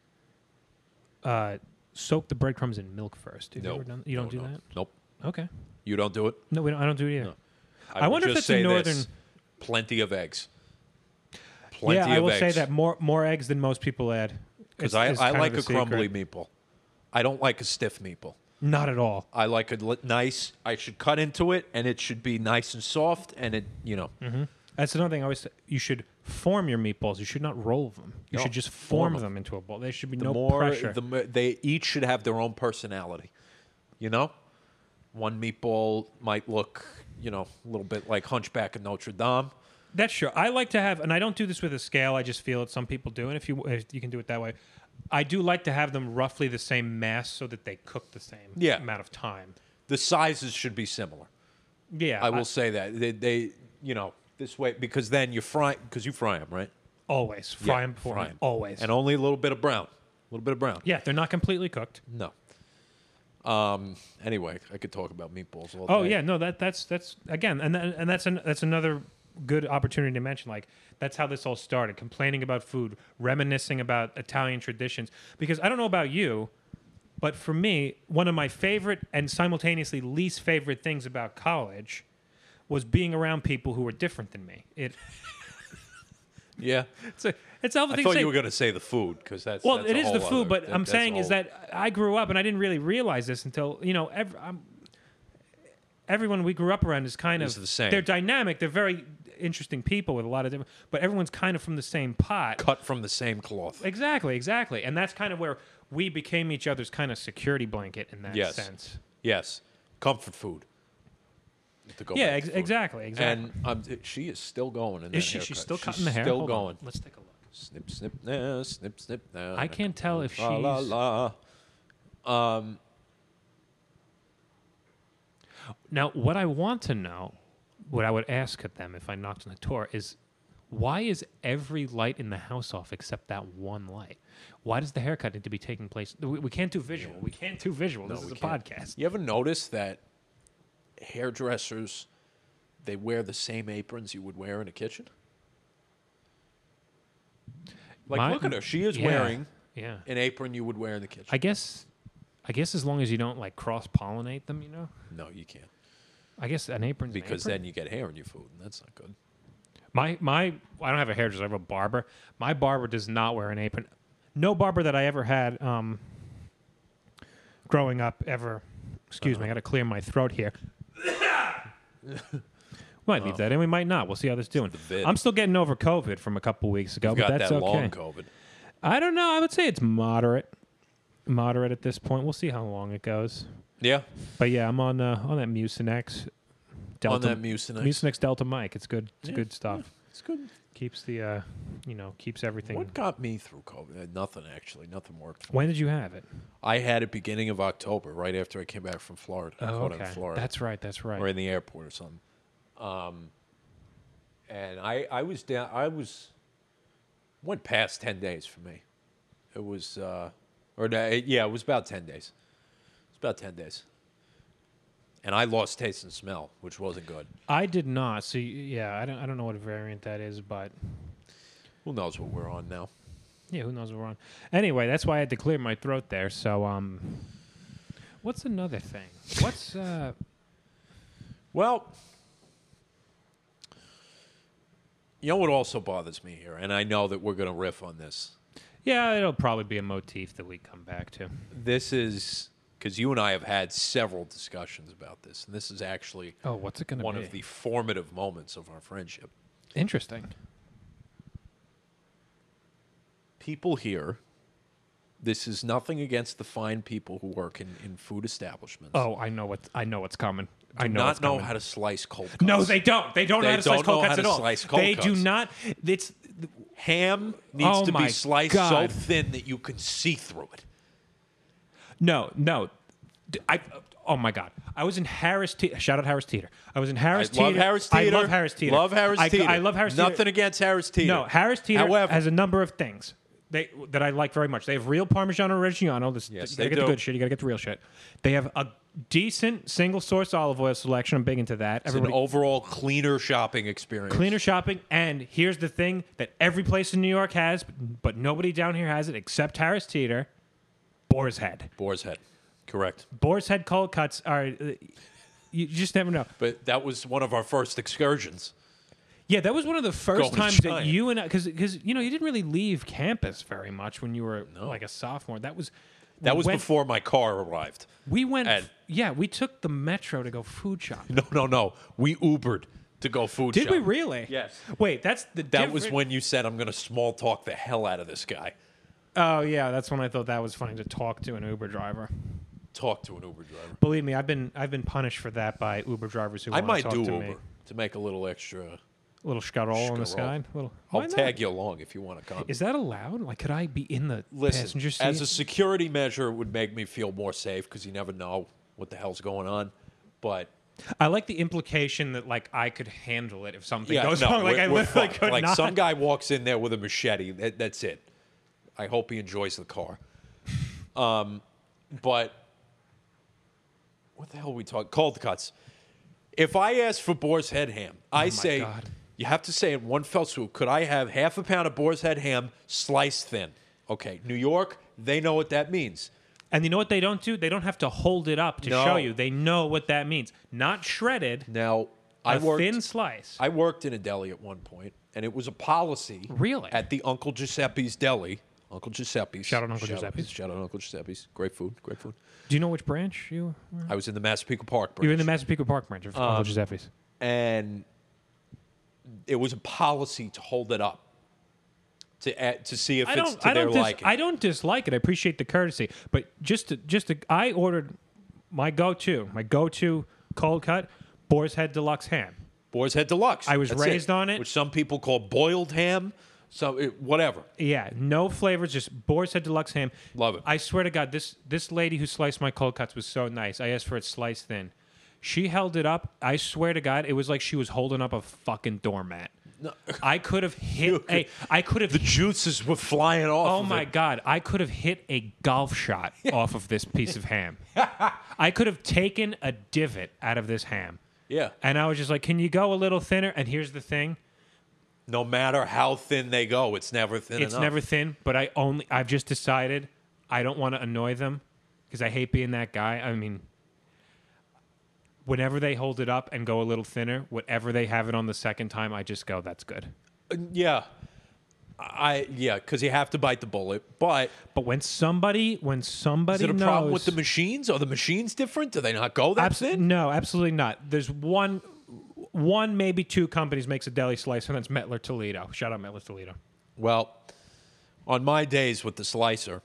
S1: uh, soak the breadcrumbs in milk first. Have you,
S2: No.
S1: ever done, you don't do
S2: no.
S1: that?
S2: Nope.
S1: Okay.
S2: You don't do it.
S1: No, we don't, I don't do it either.
S2: No.
S1: I
S2: will
S1: wonder if it's
S2: just
S1: a
S2: say
S1: northern-
S2: This, plenty of eggs. Plenty
S1: yeah,
S2: of
S1: I will
S2: eggs.
S1: say that more more eggs than most people add.
S2: because
S1: is-
S2: I,
S1: is
S2: I
S1: kind of
S2: like
S1: the
S2: a crumbly
S1: secret.
S2: meatball. I don't like a stiff meatball.
S1: Not at all.
S2: I like a li- nice. I should cut into it, and it should be nice and soft, and it you know
S1: Mm-hmm. That's another thing I always say. You should form your meatballs. You should not roll them. You
S2: No,
S1: should just form,
S2: form them.
S1: them into a ball. There should be
S2: the
S1: no
S2: more
S1: pressure.
S2: the mo- they each should have their own personality. You know, one meatball might look you know a little bit like Hunchback of Notre Dame.
S1: That's sure. I like to have, and I don't do this with a scale. I just feel it. Some people do, and if you if you can do it that way, I do like to have them roughly the same mass so that they cook the same
S2: Yeah.
S1: amount of time.
S2: The sizes should be similar.
S1: Yeah,
S2: I will say that they, they you know this way because then you fry because you fry them right.
S1: always fry
S2: Yeah,
S1: them before
S2: fry
S1: hand,
S2: 'em.
S1: always.
S2: and only a little bit of brown, a little bit of brown.
S1: yeah, they're not completely cooked.
S2: No. Um. Anyway, I could talk about meatballs all
S1: Oh
S2: day.
S1: yeah, no, that that's that's again, and tha- and that's an, that's another good opportunity to mention. Like that's how this all started: complaining about food, reminiscing about Italian traditions. Because I don't know about you, but for me, one of my favorite and simultaneously least favorite things about college was being around people who were different than me. It
S2: yeah.
S1: it's a, it's all the
S2: I
S1: things.
S2: thought
S1: say-
S2: you were going to say the food because that's
S1: well,
S2: that's
S1: it
S2: a
S1: is the
S2: whole
S1: food,
S2: other-
S1: but
S2: that-
S1: I'm
S2: that's a
S1: saying is
S2: whole-
S1: that I grew up and I didn't really realize this until you know ev- I'm, everyone we grew up around is kind
S2: Is
S1: of
S2: the same.
S1: They're dynamic. They're very interesting people with a lot of different, but everyone's kind of from the same pot.
S2: cut from the same cloth.
S1: Exactly, exactly, and that's kind of where we became each other's kind of security blanket in that
S2: Yes.
S1: sense.
S2: Yes, comfort food. To go
S1: Yeah,
S2: back
S1: ex-
S2: to food.
S1: exactly, exactly.
S2: And um, th- she is still going. In that
S1: is she?
S2: haircut.
S1: She's still cutting
S2: She's
S1: the hair.
S2: Still
S1: Hold on.
S2: going.
S1: Let's take a look.
S2: Snip, snip, nah, snip, snip, nah.
S1: I can't tell if she's.
S2: La la la.
S1: Now, what I want to know, what I would ask of them if I knocked on the door is why is every light in the house off except that one light? Why does the haircut need to be taking place? We, we can't do visual. We can't do visual. this is
S2: Oh, we
S1: a
S2: can't.
S1: podcast.
S2: You ever notice that hairdressers they wear the same aprons you would wear in a kitchen? Like,
S1: My-
S2: look at her. She is
S1: yeah,
S2: wearing
S1: Yeah.
S2: an apron you would wear in the kitchen.
S1: I guess I guess as long as you don't like cross pollinate them, you know?
S2: no, you can't
S1: I guess an apron's an
S2: because
S1: apron.
S2: then you get hair in your food, and that's not good.
S1: My my I don't have a hairdresser, I have a barber. My barber does not wear an apron. No barber that I ever had um growing up ever excuse
S2: Uh-huh.
S1: me, I gotta clear my throat here. might leave that in, we might not. We'll see how this doing.
S2: vid.
S1: I'm still getting over COVID from a couple weeks ago, Oh, but
S2: Got
S1: that's
S2: that
S1: okay.
S2: long COVID.
S1: I don't know. I would say it's moderate. Moderate at this point. We'll see how long it goes.
S2: Yeah,
S1: But yeah, I'm on uh, on that Mucinex Delta
S2: on that mucinex.
S1: Mucinex Delta mic. It's good. It's
S2: Yeah,
S1: good stuff
S2: It's good.
S1: keeps the uh you know keeps everything
S2: What got me through COVID? Uh, Nothing actually. Nothing worked.
S1: when did you have it
S2: I had it beginning of October, right after I came back from Florida. I
S1: Oh,
S2: caught it in Florida.
S1: that's right that's right
S2: or in the airport or something. Um, and I, I was down. I was went past ten days for me. It was, uh, or no, it- yeah, it was about ten days. It's about ten days. And I lost taste and smell, which wasn't good.
S1: i did not so y- yeah i don't i don't know what variant that is but
S2: Who knows what we're on now?
S1: yeah who knows what we're on anyway that's why i had to clear my throat there so um what's another thing what's uh
S2: Well, you know what also bothers me here, and I know that we're going to riff on this.
S1: yeah it'll probably be a motif that we come back to
S2: This is because you and I have had several discussions about this, and this is actually
S1: oh what's it gonna
S2: one
S1: be
S2: of the formative moments of our friendship.
S1: interesting
S2: People here, this is nothing against the fine people who work in, in food establishments.
S1: oh i know what i know what's coming i
S2: do
S1: know what's
S2: not know
S1: coming.
S2: how to slice cold cuts.
S1: no, they don't. They don't know
S2: They
S1: how to slice
S2: don't
S1: cold
S2: know how
S1: cuts at
S2: to
S1: all.
S2: slice cold
S1: they do
S2: cuts.
S1: not. It's
S2: ham needs
S1: Oh
S2: to
S1: my
S2: be sliced
S1: God.
S2: so thin that you can see through it.
S1: No, no. D- I oh my god! I was in Harris. Te- Shout out Harris Teeter. I was in Harris
S2: I love
S1: Teeter.
S2: Harris Teeter.
S1: I love Harris Teeter.
S2: Love Harris
S1: I,
S2: Teeter.
S1: I love Harris
S2: Nothing
S1: Teeter.
S2: against Harris Teeter.
S1: No, Harris Teeter
S2: However,
S1: has a number of things. They that I like very much. They have real Parmesan Reggiano. This,
S2: Yes,
S1: you gotta
S2: they
S1: get
S2: do.
S1: the good shit. You gotta get the real shit. They have a decent single source olive oil selection. I'm big into that.
S2: It's an
S1: Everybody
S2: overall cleaner shopping experience.
S1: cleaner shopping. And here's the thing that every place in New York has, but nobody down here has it except Harris Teeter. Boar's Head.
S2: Boar's Head. Correct.
S1: Boar's Head cold cuts are. uh, You just never know.
S2: But that was one of our first excursions.
S1: Yeah, that was one of the
S2: Going
S1: first
S2: to
S1: times
S2: China.
S1: that you and I, because you know you didn't really leave campus very much when you were like a sophomore. That was
S2: That was
S1: when-
S2: before my car arrived.
S1: we went.
S2: Ed.
S1: yeah, we took the metro to go food shopping.
S2: No, no, no. We Ubered to go food
S1: Did we
S2: shop.
S1: really?
S2: Yes.
S1: Wait, that's the
S2: That
S1: different-
S2: was when you said, I'm going to small talk the hell out of this guy.
S1: Oh yeah, that's when I thought that was funny to talk to an Uber driver.
S2: Talk to an Uber driver.
S1: Believe me, I've been I've been punished for that by Uber drivers who
S2: I
S1: want to
S2: might
S1: talk
S2: do
S1: to
S2: Uber
S1: me.
S2: to make a little extra.
S1: Little scuttle on the
S2: Scuttle.
S1: side. Little.
S2: I'll
S1: Why not?
S2: tag you along if you want to come.
S1: Is that allowed? Like, could I be in the
S2: Listen,
S1: passenger seat?
S2: as a security measure, it would make me feel more safe because you never know what the hell's going on. But
S1: I like the implication that like I could handle it if something
S2: yeah,
S1: goes
S2: no,
S1: wrong. Like
S2: we're-
S1: I
S2: we're
S1: literally
S2: fucked.
S1: could
S2: like
S1: not.
S2: some guy walks in there with a machete. That, that's it. I hope he enjoys the car. Um, but what the hell are we talking? Cold cuts. If I ask for boar's head ham, I say
S1: Oh God.
S2: you have to say in one fell swoop. Could I have half a pound of boar's head ham sliced thin? Okay, New York, they know what that means.
S1: and you know what they don't do? They don't have to hold it up to
S2: No.
S1: show you. They know what that means. Not shredded.
S2: Now
S1: A
S2: I worked.
S1: thin slice.
S2: I worked in a deli at one point, and it was a policy.
S1: Really?
S2: At the Uncle Giuseppe's deli. Uncle Giuseppe's.
S1: Shout out Uncle Giuseppe's.
S2: Shout out Uncle Giuseppe's. Great food. Great food.
S1: do you know which branch you? Were?
S2: I was in the Massapequa Park branch.
S1: You were in the Massapequa Park branch of
S2: Um,
S1: Uncle Giuseppe's.
S2: and it was a policy to hold it up to add, to see if
S1: I
S2: it's
S1: don't.
S2: to
S1: I
S2: their
S1: don't. Dis-
S2: liking.
S1: I don't dislike it. I appreciate the courtesy, but just to, just to, I ordered my go-to, my go-to cold cut boar's head deluxe ham.
S2: Boar's Head Deluxe.
S1: I was
S2: That's
S1: raised on it.
S2: Which some people call boiled ham. So it, whatever.
S1: Yeah, no flavors, just boar's head deluxe ham.
S2: Love it.
S1: I swear to God, this this lady who sliced my cold cuts was so nice. I asked for it sliced thin. She held it up. I swear to God, it was like she was holding up a fucking doormat. I could have hit a. I could have.
S2: The juices were flying off.
S1: Oh
S2: of
S1: my
S2: it.
S1: God! I could have hit a golf shot off of this piece of ham. I could have taken a divot out of this ham.
S2: Yeah.
S1: And I was just like, "Can you go a little thinner?" And here's the thing:
S2: No matter how thin they go, it's never thin
S1: it's
S2: enough.
S1: never thin but i only i've just decided i don't want to annoy them because i hate being that guy i mean whenever they hold it up and go a little thinner whatever they have it on the second time i just go that's good
S2: Uh, Yeah. I yeah, because you have to bite the bullet. But
S1: but when somebody when somebody
S2: is it a
S1: knows
S2: problem with the machines? Are the machines different? Do they not go that
S1: Abs-
S2: thin?
S1: no absolutely not there's one one maybe two companies makes a deli slice and that's metler toledo shout out metler toledo
S2: Well, on my days with the slicer,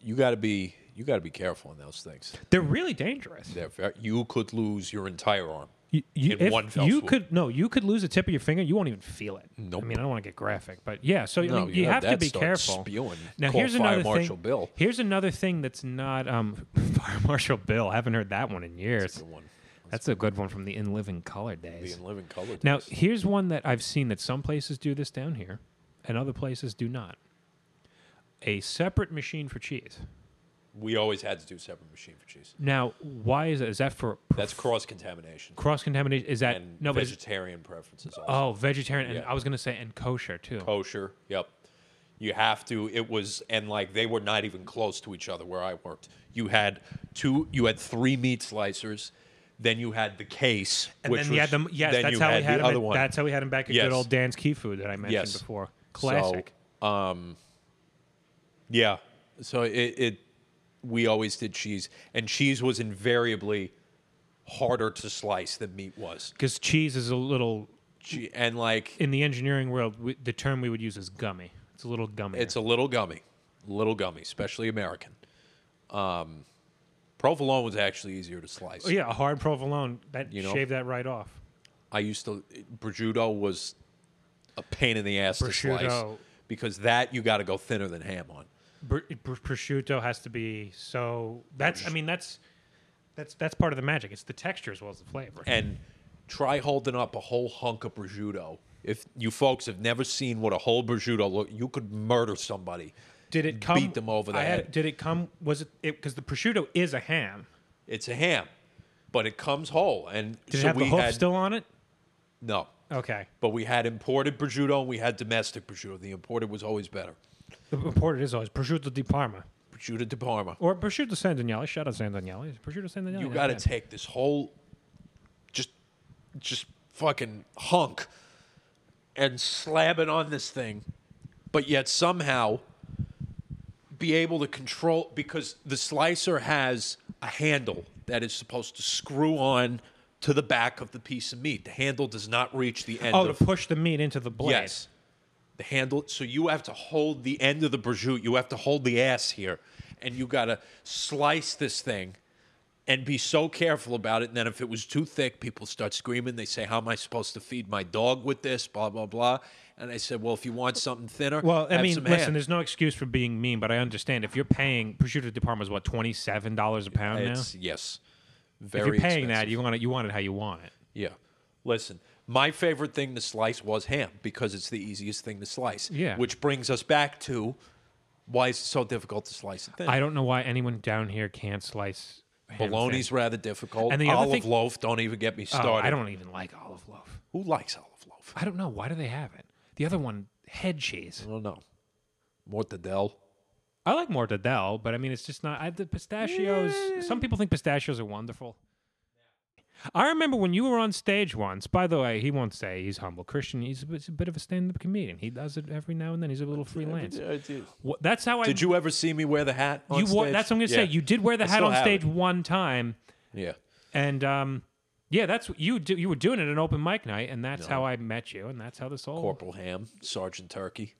S2: you got to be you got to be careful on those things.
S1: they're really dangerous
S2: They're ver- you could lose your entire arm.
S1: You, you,
S2: In
S1: if
S2: one fell
S1: you
S2: swoop.
S1: could no, you could lose the tip of your finger. You won't even feel it.
S2: Nope.
S1: I mean, I don't want to get graphic, but yeah. So I
S2: No,
S1: mean, you,
S2: yeah,
S1: have to
S2: that
S1: be
S2: starts
S1: careful.
S2: spewing.
S1: Now
S2: Call
S1: here's
S2: Fire
S1: another
S2: Marshal
S1: thing.
S2: Bill.
S1: Here's another thing that's not um, Fire Marshal Bill. I haven't heard that one in years.
S2: The one
S1: That's a good one from the In Living Color
S2: the
S1: days.
S2: in living color.
S1: Now
S2: days.
S1: here's one that I've seen that some places do this down here, and other places do not. A separate machine for cheese.
S2: we always had to do separate machine for cheese.
S1: Now, why is that? Is that for
S2: That's cross contamination
S1: cross contamination? Is that
S2: and
S1: no? But is,
S2: vegetarian preferences. Also.
S1: oh, vegetarian, and
S2: Yeah.
S1: I was gonna say and kosher too.
S2: kosher. Yep. You have to. It was, and like they were not even close to each other where I worked. You had two, you had three meat slicers, then you had the case,
S1: And
S2: which
S1: then you had
S2: was-
S1: them. Yes,
S2: then
S1: that's
S2: you
S1: how we had
S2: the
S1: him.
S2: other
S1: at-
S2: one.
S1: That's how we had him back at
S2: Yes.
S1: good old Dan's Key Food that I mentioned
S2: Yes.
S1: before.
S2: So,
S1: Classic.
S2: yeah. So it, it, we always did cheese, and cheese was invariably harder to slice than meat was,
S1: Because cheese is a little
S2: Che- and like
S1: in the engineering world. We, the term we would use is gummy. It's a little gummy.
S2: It's a little gummy, little gummy, especially American. Um, provolone was actually easier to slice.
S1: Oh, yeah, a hard provolone that
S2: You know?
S1: shave that right off.
S2: I used to prosciutto was a pain in the ass to slice
S1: Prosciutto.
S2: because that you got to go thinner than ham on.
S1: Br- br- prosciutto has to be so. That's. I mean, that's that's that's part of the magic. It's the texture as well as the flavor.
S2: And try holding up a whole hunk of prosciutto If you folks have never seen what a whole prosciutto look, you could murder somebody.
S1: Did it come?
S2: Beat them over the
S1: I had-
S2: head.
S1: Did it come? Was it because the prosciutto is a ham?
S2: It's a ham, but it comes whole. And
S1: Did
S2: so
S1: it have the
S2: we
S1: hoof
S2: had
S1: still on it?
S2: no,
S1: Okay,
S2: but we had imported prosciutto and we had domestic prosciutto. The imported was always better.
S1: the imported is always prosciutto di Parma
S2: Prosciutto di Parma.
S1: or prosciutto San Daniele. Shout out San Daniele. Is it Prosciutto San Daniele.
S2: You got to
S1: Yeah.
S2: take this whole, just, just fucking hunk, and slab it on this thing, but yet somehow be able to control because the slicer has a handle that is supposed to screw on to the back of the piece of meat. The handle does not reach the end.
S1: Oh,
S2: of,
S1: to push the meat into the blade.
S2: Yes. The handle. So you have to hold the end of the prosciutto. You have to hold the ass here, and you gotta slice this thing, and be so careful about it. And then if it was too thick, people start screaming. They say, "How am I supposed to feed my dog with this?" Blah blah blah. And I said, "Well, if you want something thinner,
S1: Well, I
S2: have
S1: mean,
S2: some
S1: listen,
S2: ham."
S1: there's no excuse for being mean, but I understand if you're paying prosciutto di Parma is what twenty seven dollars a pound now.
S2: it's yes,
S1: If
S2: very
S1: you're paying
S2: expensive.
S1: that, you want it. You want it how you want it.
S2: Yeah. Listen, my favorite thing to slice was ham because it's the easiest thing to slice.
S1: Yeah.
S2: Which brings us back to why is it so difficult to slice it thin?
S1: I don't know why anyone down here can't slice. ham
S2: Bologna's rather difficult.
S1: And the other
S2: olive
S1: thing-
S2: loaf, don't even get me
S1: thin.
S2: started.
S1: Oh, I don't even like olive loaf.
S2: Who likes olive loaf?
S1: I don't know. Why do they have it? The other one, head cheese.
S2: I don't know. Mortadell.
S1: I like mortadella, but I mean, it's just not. I, the pistachios. Some people think pistachios are wonderful. I remember when you were on stage once. By the way, he won't say he's humble. Christian, he's a, bit- he's a bit of a stand-up comedian. He does it every now and then. He's a little freelance. Wha- That's how I.
S2: Did you ever see me wear the hat? On
S1: you wa-
S2: stage?
S1: that's what I'm gonna
S2: Yeah.
S1: say. You did wear the
S2: I
S1: hat
S2: still
S1: on
S2: have
S1: stage
S2: it.
S1: one time,
S2: Yeah.
S1: and um, yeah, that's you. Do, you were doing it at an open mic night, and that's how I met you, and that's how this all.
S2: Corporal Ham, Sergeant Turkey.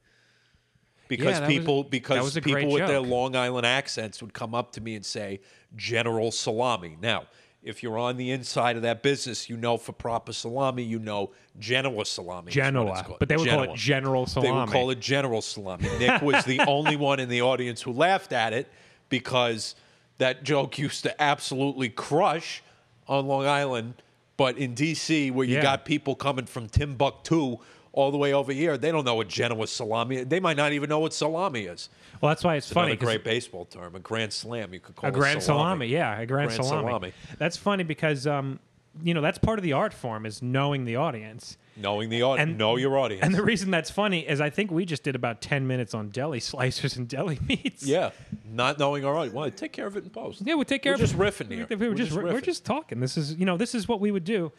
S1: that
S2: Because
S1: was-
S2: people,
S1: that
S2: because
S1: was a great
S2: people with their
S1: joke.
S2: Long Island accents would come up to me and say General Salami. Now, if you're on the inside of that business, you know for proper salami, you know Genoa Salami. is what it's
S1: Genoa,
S2: called.
S1: but they would call
S2: Genoa.
S1: it General Salami.
S2: They would call it General Salami. Nick was the only one in the audience who laughed at it because that joke used to absolutely crush on Long Island. But in D.C., where you
S1: Yeah.
S2: got people coming from Timbuktu all the way over here, they don't know what Genoa salami is. They might not even know what salami is.
S1: Well, that's why it's, funny.
S2: Another
S1: 'cause
S2: great baseball term, a grand slam, you could call
S1: a grand salami. Yeah, a grand,
S2: Grand
S1: salami.
S2: salami.
S1: That's funny because um, you know that's part of the art form is knowing the audience.
S2: Knowing the audience,
S1: And-
S2: know your audience.
S1: And the reason that's funny is I think we just did about ten minutes on deli slicers and deli meats.
S2: yeah, not knowing our audience. Well, take care of it in post.
S1: yeah. We'll take care
S2: We're
S1: of
S2: just
S1: it.
S2: riffing here.
S1: We were
S2: We're
S1: just,
S2: just
S1: we're
S2: riffing.
S1: just talking. This is you know this is what we would do,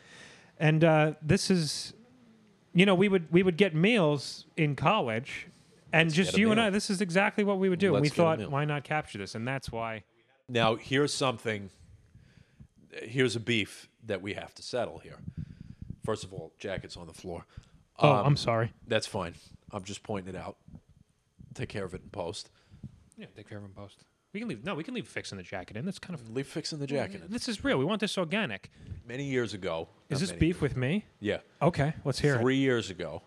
S1: and uh, this is you know we would we would get meals in college, and just
S2: get a
S1: you and
S2: meal.
S1: I. This is exactly what we would do. and
S2: Let's
S1: we
S2: get a
S1: thought,
S2: meal.
S1: why not capture this? And that's why.
S2: Now, here's something. Here's a beef that we have to settle here. First of all, jacket's on the floor.
S1: Oh,
S2: Um,
S1: I'm sorry.
S2: That's fine. I'm just pointing it out. Take care of it in post.
S1: Yeah, take care of them post. We can leave. No, we can leave fixing the jacket in. That's kind of
S2: Leave fixing the jacket. in.
S1: This is real. We want this organic.
S2: Many years ago.
S1: Is
S2: not
S1: this
S2: many,
S1: beef with me?
S2: Yeah.
S1: Okay, let's hear it.
S2: Three years ago,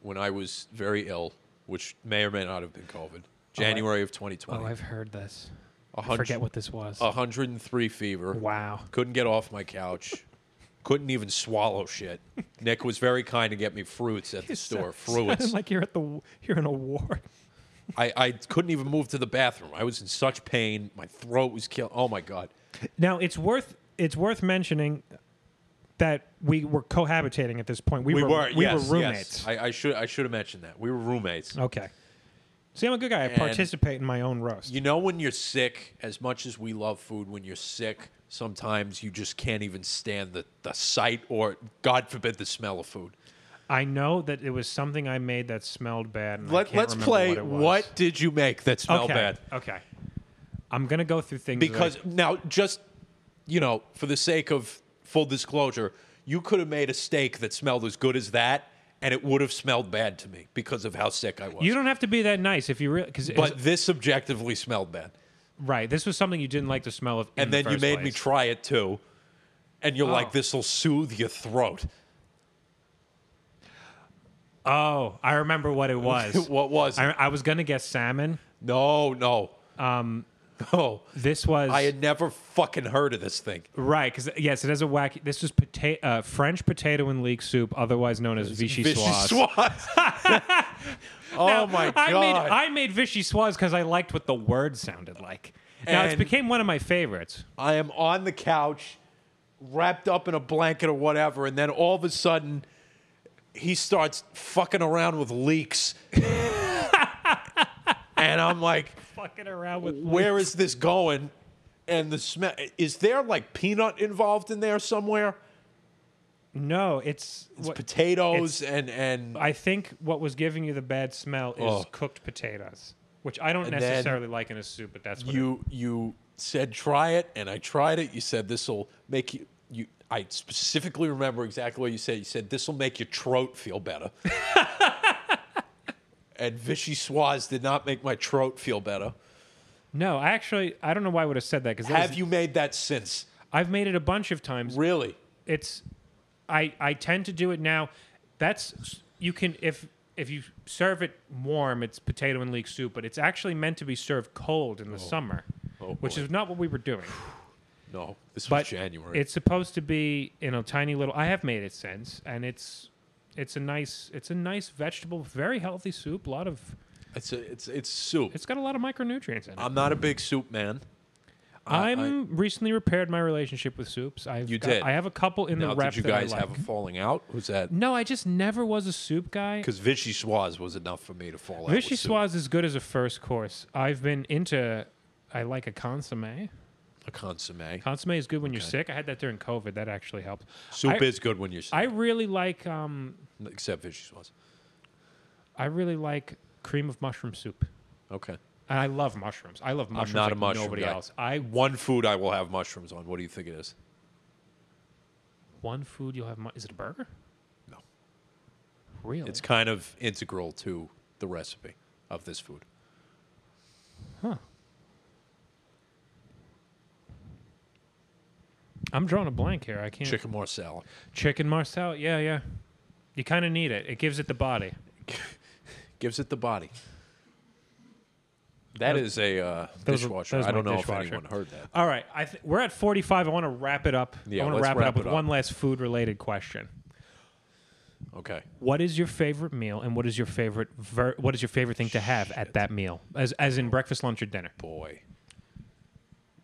S2: when I was very ill, which may or may not have been COVID, January of 2020.
S1: Oh, I've heard this.
S2: a
S1: I
S2: hundred-
S1: forget what this was.
S2: Oh. 103 fever.
S1: wow.
S2: Couldn't get off my couch. Couldn't even swallow shit. Nick was very kind to get me fruits at the store. Fruits.
S1: like you're at the you're in a war.
S2: I, I couldn't even move to the bathroom. I was in such pain. My throat was killing. Oh my god.
S1: Now it's worth it's worth mentioning that we were cohabitating at this point. We,
S2: We
S1: were,
S2: were,
S1: we
S2: yes,
S1: were
S2: Yes.
S1: roommates.
S2: I, I should I should have mentioned that we were roommates.
S1: okay. See, I'm a good guy. I participate in my own roast.
S2: You know when you're sick, as much as we love food, when you're sick, sometimes you just can't even stand the, the sight or God forbid the smell of food.
S1: I know that it was something I made that smelled bad. And I
S2: Let,
S1: can't
S2: let's
S1: remember
S2: play.
S1: What, it
S2: What,
S1: was.
S2: did you make that smelled
S1: okay.
S2: bad?
S1: Okay. I'm gonna go through things that I-
S2: Because now, just you know, for the sake of full disclosure, you could have made a steak that smelled as good as that, and it would have smelled bad to me because of how sick I was.
S1: you don't have to be that nice if you really because
S2: but this objectively smelled bad,
S1: Right. This was something you didn't like the smell of. in
S2: and
S1: the
S2: then you
S1: first
S2: made me
S1: place.
S2: try it too, and you're
S1: Oh.
S2: like, "This will soothe your throat."
S1: Oh, I remember what it was.
S2: what was? it?
S1: I, I was gonna guess salmon.
S2: no, no. No,
S1: This was
S2: I had never fucking heard of this thing.
S1: right because yes, it has a wacky. This is potato uh, French potato and leek soup, otherwise known as vichyssoise.
S2: Vichyssoise. oh
S1: Now,
S2: my god!
S1: I made I made vichyssoise because I liked what the word sounded like. Now it's
S2: And-
S1: became one of my favorites.
S2: I am on the couch, wrapped up in a blanket or whatever, and then all of a sudden, he starts fucking around with leaks. and I'm like,
S1: Fucking around with
S2: where is this going? And the smell is there like peanut involved in there somewhere?
S1: no, it's,
S2: It's
S1: what,
S2: potatoes and and
S1: I think what was giving you the bad smell is
S2: Oh.
S1: cooked potatoes, which I don't
S2: And then
S1: necessarily like in a soup, but that's what it-
S2: you you said try it and I tried it. You said this will make you you I specifically remember exactly what you said. You said this will make your throat feel better. and vichyssoise did not make my throat feel better.
S1: No, I actually I don't know why I would have said that because
S2: Have you made that since?
S1: I've made it a bunch of times.
S2: Really?
S1: It's I I tend to do it now. That's you can if if you serve it warm, it's potato and leek soup, but it's actually meant to be served cold in the summer,
S2: Oh,
S1: which
S2: boy.
S1: is not what we were doing.
S2: No, this was
S1: But
S2: January.
S1: It's supposed to be in a tiny little. I have made it since, and it's it's a nice it's a nice vegetable, very healthy soup. A lot of
S2: it's a, it's it's soup.
S1: it's got a lot of micronutrients in it.
S2: I'm not a big soup man. I-
S1: I'm recently repaired my relationship with soups. I've
S2: You
S1: got-
S2: did.
S1: I have a couple in
S2: Now,
S1: the rep
S2: did you
S1: that I
S2: guys
S1: like.
S2: have a falling out? Was that
S1: No, I just never was a soup guy.
S2: because vichyssoise was enough for me to fall out? with soup.
S1: Vichyssoise is good as a first course. I've been into. I like a consommé.
S2: a consomme.
S1: Consommé is good when you're sick. I had that during COVID. That actually helped.
S2: Soup
S1: I-
S2: is good when you're sick,
S1: I really like. Um,
S2: except vichyssoise.
S1: I really like cream of mushroom soup.
S2: Okay.
S1: And I love mushrooms. I love mushrooms.
S2: not
S1: like
S2: a mushroom
S1: Nobody
S2: guy.
S1: else. I
S2: One food I will have mushrooms on. What do you think it is?
S1: one food you'll have. Mu- is it a burger?
S2: No.
S1: Really?
S2: It's kind of integral to the recipe of this food.
S1: I'm drawing a blank here. I can't.
S2: Chicken more salad.
S1: Chicken Marcel. Yeah, yeah. You kind of need it. It gives it the body.
S2: Gives it the body. That is a uh,
S1: Those are-
S2: dishwasher.
S1: those are
S2: I don't
S1: my
S2: know if
S1: dishwasher.
S2: anyone heard that.
S1: All right, I th- we're at 45. I want to wrap it up.
S2: Yeah,
S1: I want to
S2: let's
S1: wrap, it
S2: wrap
S1: up with
S2: it up.
S1: one last food-related question.
S2: Okay.
S1: What is your favorite meal, and what is your favorite ver- what is your favorite thing to have at that meal, as as in breakfast, lunch, or dinner?
S2: Boy.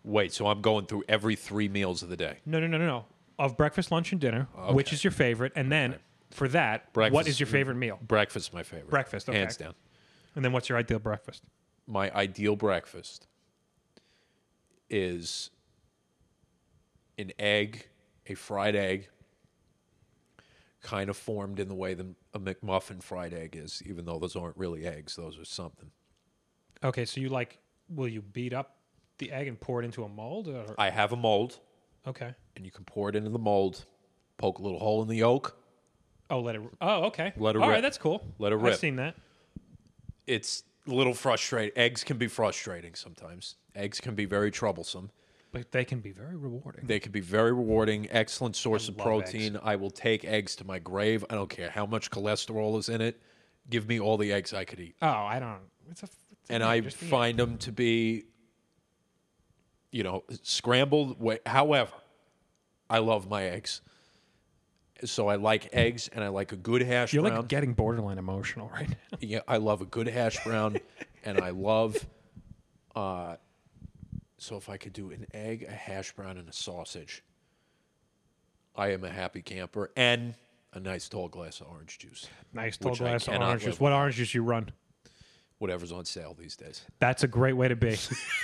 S2: Wait, so I'm going through every three meals of the day.
S1: No, no, no, no, no. Of breakfast, lunch, and dinner, which
S2: Okay.
S1: is your favorite, and then for that, what
S2: Breakfast-
S1: is your favorite meal,
S2: Breakfast's my favorite.
S1: Breakfast, okay.
S2: Hands down.
S1: and then what's your ideal breakfast?
S2: my ideal breakfast is an egg, a fried egg, kind of formed in the way that a McMuffin fried egg is, even though those aren't really eggs, those are something.
S1: Okay, so you like, will you beat up the egg and pour it into a mold? Or?
S2: I have a mold,
S1: Okay.
S2: and you can pour it into the mold, poke a little hole in the yolk.
S1: Oh, let it. Oh, okay.
S2: Let it
S1: All right,
S2: rip.
S1: that's cool.
S2: Let it
S1: I've
S2: rip.
S1: seen that.
S2: It's a little frustrating. Eggs can be frustrating sometimes, eggs can be very troublesome.
S1: But they can be very rewarding.
S2: They could be very rewarding, excellent source of
S1: love
S2: protein. I will take eggs to my grave. I don't care how much cholesterol is in it. Give me all the eggs I could eat.
S1: Oh, I don't. It's a. It's a
S2: And
S1: meal,
S2: I
S1: just eat it.
S2: find them to be, you know, scrambled. wa- However, I love my eggs. So I like eggs and I like a good hash
S1: You're
S2: brown.
S1: like getting borderline emotional right now.
S2: yeah, I love a good hash brown and I love. Uh, so if I could do an egg, a hash brown, and a sausage, I am a happy camper and a nice tall glass of orange juice,
S1: Nice tall
S2: Which I
S1: glass of
S2: cannot
S1: orange
S2: live
S1: juice. What orange juice you run?
S2: whatever's on sale these days.
S1: That's a great way to be.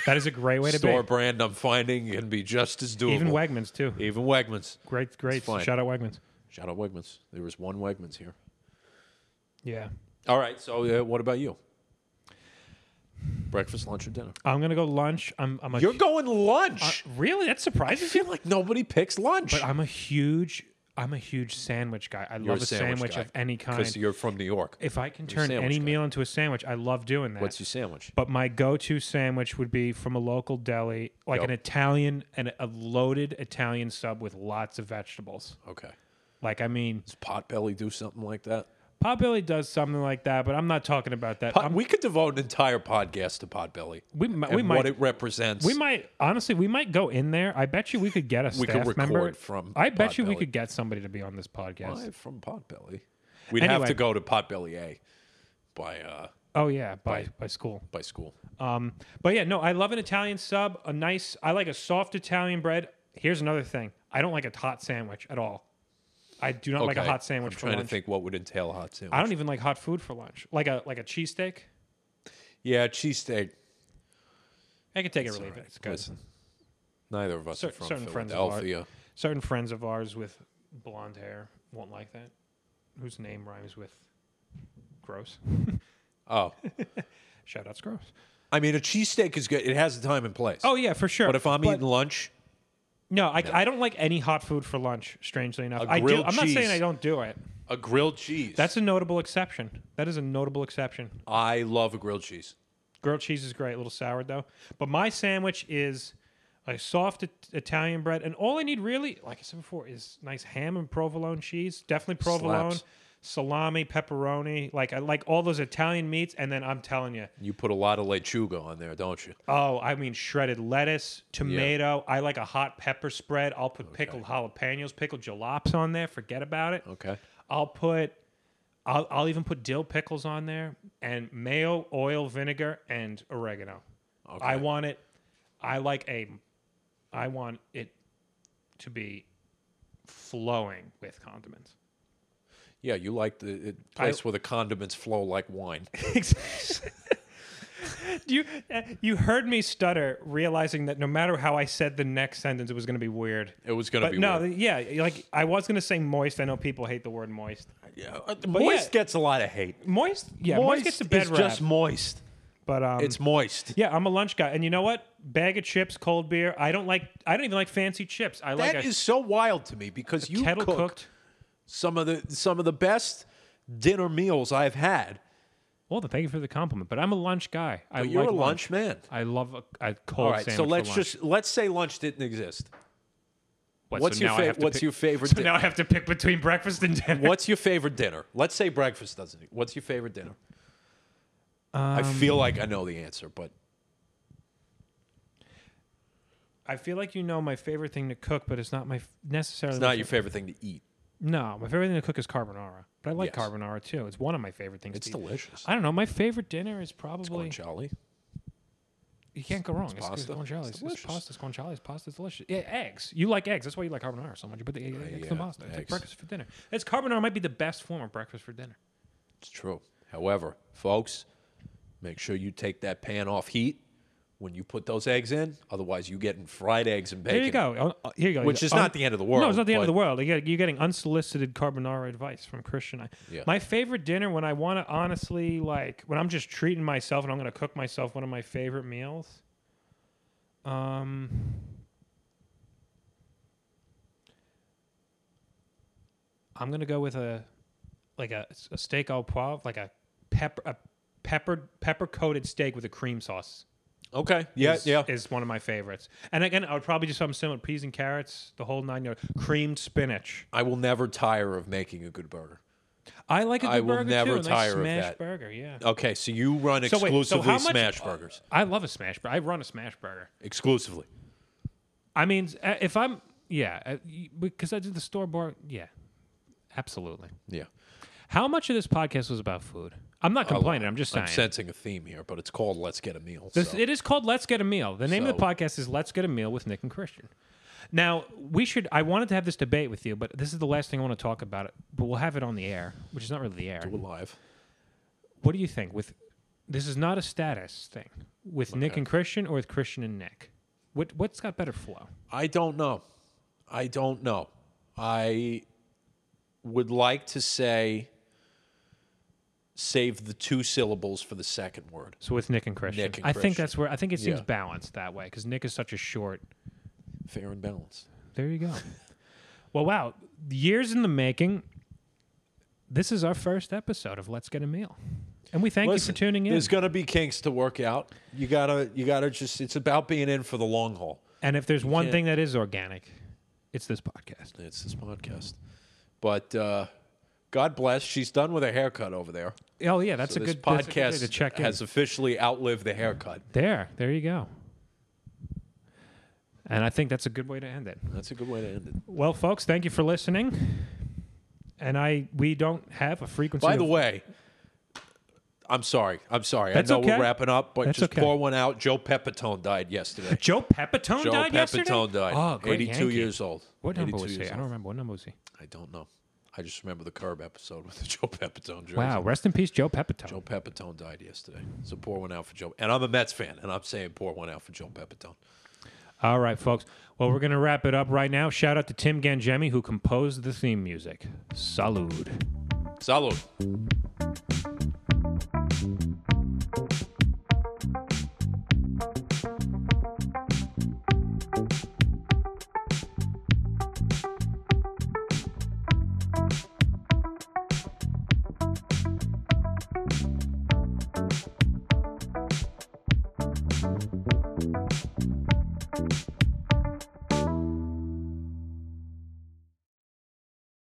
S1: that is a great way to
S2: Store
S1: be.
S2: brand I'm finding can be just as doable.
S1: Even Wegmans too.
S2: Even Wegmans.
S1: Great, great.
S2: fine.
S1: Shout out Wegmans.
S2: Shout out Wegmans. There was one Wegmans here.
S1: Yeah,
S2: All right. So uh, what about you? Breakfast, lunch, or dinner?
S1: I'm gonna go lunch. I'm. I'm a.
S2: You're going lunch.
S1: really? That
S2: I
S1: surprises you?
S2: feel like nobody picks lunch.
S1: But I'm a huge. I'm a huge sandwich guy. I love a sandwich, of any
S2: Because
S1: kind.
S2: you're from New York.
S1: If I can turn
S2: sandwich
S1: any
S2: guy.
S1: meal into a sandwich, I love doing that.
S2: What's your sandwich?
S1: but my go-to sandwich would be from a local deli, like
S2: Yep.
S1: an Italian and a loaded Italian sub with lots of vegetables.
S2: Okay.
S1: Like I mean,
S2: Does Potbelly do something like that?
S1: Potbelly does something like that, but I'm not talking about that.
S2: Pot-
S1: I'm-
S2: Um, we could devote an entire podcast to Podbelly
S1: we mi-
S2: and
S1: we might
S2: what it represents.
S1: we might honestly we might go in there. I bet you we could get a
S2: We
S1: staff
S2: could
S1: member
S2: record from
S1: I bet you we
S2: Potbelly.
S1: could get somebody to be on this podcast.
S2: Live from Potbelly. We'd have
S1: Anyway.
S2: to go to Potbelly A by uh,
S1: Oh yeah, by by school.
S2: by school.
S1: Um, but yeah, no, I love an Italian sub. A nice, I like a soft Italian bread. Here's another thing: I don't like a hot sandwich at all. I do not like a
S2: Okay,
S1: hot sandwich
S2: I'm
S1: for
S2: trying
S1: lunch.
S2: to think what would entail a hot sandwich.
S1: I don't even like hot food for lunch. Like a like a cheesesteak.
S2: yeah, cheesesteak.
S1: I can take it or leave it.
S2: Right,
S1: It's good.
S2: Listen, neither of us
S1: Cer-
S2: are from
S1: certain friends of ours.
S2: Philadelphia.
S1: Certain friends of ours with blonde hair won't like that. Whose name rhymes with gross.
S2: Oh,
S1: Shout outs gross.
S2: I mean, a cheesesteak is good. It has a time and place.
S1: Oh yeah, for sure.
S2: but if I'm eating lunch,
S1: no, I, I don't like any hot food for lunch. Strangely enough,
S2: A
S1: I do.
S2: grilled
S1: I'm not saying
S2: cheese.
S1: I don't do it.
S2: a grilled cheese.
S1: That's a notable exception. That is a notable exception.
S2: I love a grilled cheese.
S1: Grilled cheese is great, a little sour though. But my sandwich is a soft It- Italian bread, and all I need really, like I said before, is nice ham and provolone cheese. Definitely provolone,
S2: Slaps.
S1: salami, pepperoni. Like I like all those Italian meats, and then I'm telling you,
S2: You put a lot of lechuga on there, don't you?
S1: oh, I mean shredded lettuce, tomato. I like a hot pepper spread. I'll put pickled jalapenos, pickled jalaps on there. Forget about it.
S2: Okay.
S1: I'll put I'll, I'll even put dill pickles on there and mayo, oil, vinegar, and oregano.
S2: Okay.
S1: I want it. I like a. I want it to be flowing with condiments.
S2: Yeah, you like the it, place where the condiments flow like wine.
S1: you uh, you heard me stutter, realizing that no matter how I said the next sentence, it was going to be weird.
S2: It was going to
S1: But
S2: be
S1: no,
S2: weird.
S1: yeah, like I was going to say moist. I know people hate the word moist.
S2: Yeah, uh, moist
S1: yeah.
S2: gets a lot of hate.
S1: Moist, yeah, moist, gets a bad
S2: is
S1: rap.
S2: just moist.
S1: but um,
S2: It's moist.
S1: Yeah, I'm a lunch guy, and you know what? Bag of chips, cold beer. I don't like. I don't even like fancy chips. I
S2: That is
S1: like a
S2: so wild to me because you
S1: kettle
S2: cook
S1: cooked.
S2: some of the some of the best dinner meals I've had.
S1: Well, thank you for the compliment, but I'm a lunch guy. I
S2: But you're
S1: like
S2: a lunch, man.
S1: I love a, a cold
S2: All right,
S1: sandwich.
S2: so
S1: for
S2: let's
S1: lunch.
S2: just let's say lunch didn't exist.
S1: What,
S2: What's
S1: so
S2: your
S1: now I
S2: fa-
S1: have to
S2: what's
S1: pick-
S2: your favorite
S1: So
S2: di-
S1: now I have to pick between breakfast and dinner.
S2: What's your favorite dinner? Let's say breakfast doesn't. e- What's your favorite dinner? I
S1: Um,
S2: feel like I know the answer, but
S1: I feel like you know my favorite thing to cook, but it's not my f- necessarily.
S2: it's
S1: my
S2: not your
S1: fa-
S2: favorite thing to eat.
S1: no, my favorite thing to cook is carbonara, but I like
S2: Yes.
S1: carbonara too. It's one of my favorite things.
S2: It's
S1: to eat.
S2: delicious.
S1: I don't know. My favorite dinner is probably
S2: Guanciale.
S1: you can't go wrong. It's,
S2: pasta.
S1: It's guanciale.
S2: It's
S1: It's,
S2: delicious.
S1: pasta. It's guanciale. It's pasta. It's delicious. Yeah, eggs. You like eggs. That's why you like carbonara so much. You put the egg, eggs in
S2: yeah,
S1: pasta. It's like
S2: eggs.
S1: breakfast for dinner. It's carbonara might be the best form of breakfast for dinner.
S2: It's true. However, folks, make sure you take that pan off heat when you put those eggs in. Otherwise, you're getting fried eggs and bacon.
S1: Here you go. Oh, uh, Here you go.
S2: Which is not the end of the world,
S1: No, it's not the end of
S2: but-
S1: the world. You're getting, you're getting unsolicited carbonara advice from Christian. I,
S2: Yeah.
S1: My favorite dinner when I want to honestly like when I'm just treating myself and I'm going to cook myself one of my favorite meals. Um. I'm gonna go with a like a, a steak au poivre, like a pepper a peppered pepper coated steak with a cream sauce
S2: Okay. Yeah.
S1: is,
S2: yeah.
S1: is one of my favorites. And again, I would probably do something similar: peas and carrots, the whole nine yards, creamed spinach.
S2: I will never tire of making a good burger.
S1: I like a good
S2: I will
S1: burger
S2: never
S1: too, a nice
S2: tire of
S1: smash
S2: that.
S1: burger. Yeah,
S2: Okay, so you run
S1: So wait, so
S2: exclusively
S1: how much-
S2: smash burgers.
S1: I love a smash burger. I run a smash burger.
S2: Exclusively.
S1: I mean, s- uh, if I'm yeah, uh, y- because I did the store bought. Yeah, absolutely.
S2: Yeah.
S1: How much of this podcast was about food? I'm not complaining. I'm just saying.
S2: I'm sensing a theme here, but it's called Let's Get a Meal.
S1: This,
S2: so-
S1: It is called Let's Get a Meal. The name of the
S2: So-
S1: podcast is Let's Get a Meal with Nick and Christian. Now, we should. I wanted to have this debate with you, but this is the last thing I want to talk about. It, but we'll have it on the air, which is not really the air.
S2: We're live.
S1: What do you think? With this is not a status thing with Nick
S2: uh,
S1: and Christian or with Christian and Nick. What what's got better flow?
S2: I don't know. I don't know. I would like to say save the two syllables for the second word.
S1: So with Nick and Christian,
S2: Nick and
S1: I think
S2: Christian.
S1: that's where I think it seems
S2: Yeah.
S1: balanced that way because Nick is such a short.
S2: Fair and balanced.
S1: There you go. well, wow, years in the making. This is our first episode of Let's Get a Meal, and we thank
S2: Listen,
S1: you for tuning in.
S2: There's gonna be kinks to work out. You gotta you gotta just it's about being in for the long haul.
S1: And if there's one
S2: can't-
S1: thing that is organic, it's this podcast.
S2: It's this podcast. But uh God bless. She's done with a haircut over there.
S1: Oh yeah, that's
S2: So
S1: a
S2: this
S1: good that's a good way
S2: podcast
S1: to check in.
S2: has officially outlived the haircut.
S1: There, there you go. And I think that's a good way to end it.
S2: That's a good way to end it.
S1: Well, folks, thank you for listening. And I, we don't have a frequency.
S2: By the
S1: of-
S2: way, I'm sorry. I'm sorry.
S1: That's
S2: I know
S1: okay.
S2: we're wrapping up, but
S1: That's
S2: just
S1: okay.
S2: pour one out. Joe Pepitone died yesterday.
S1: Joe Pepitone
S2: Joe
S1: died yesterday.
S2: Pepitone died.
S1: Oh, great
S2: 82
S1: Yankee.
S2: years old.
S1: What number
S2: 82
S1: was he?
S2: years
S1: I don't
S2: old.
S1: remember. What number was he?
S2: I don't know. I just remember the Curb episode with the Joe Pepitone jersey.
S1: Wow. Rest in peace, Joe Pepitone.
S2: Joe Pepitone died yesterday. So pour one out for Joe. And I'm a Mets fan, and I'm saying pour one out for Joe Pepitone.
S1: All right, folks. Well, we're going to wrap it up right now. Shout out to Tim Gangemi, who composed the theme music. Salud.
S2: Salud.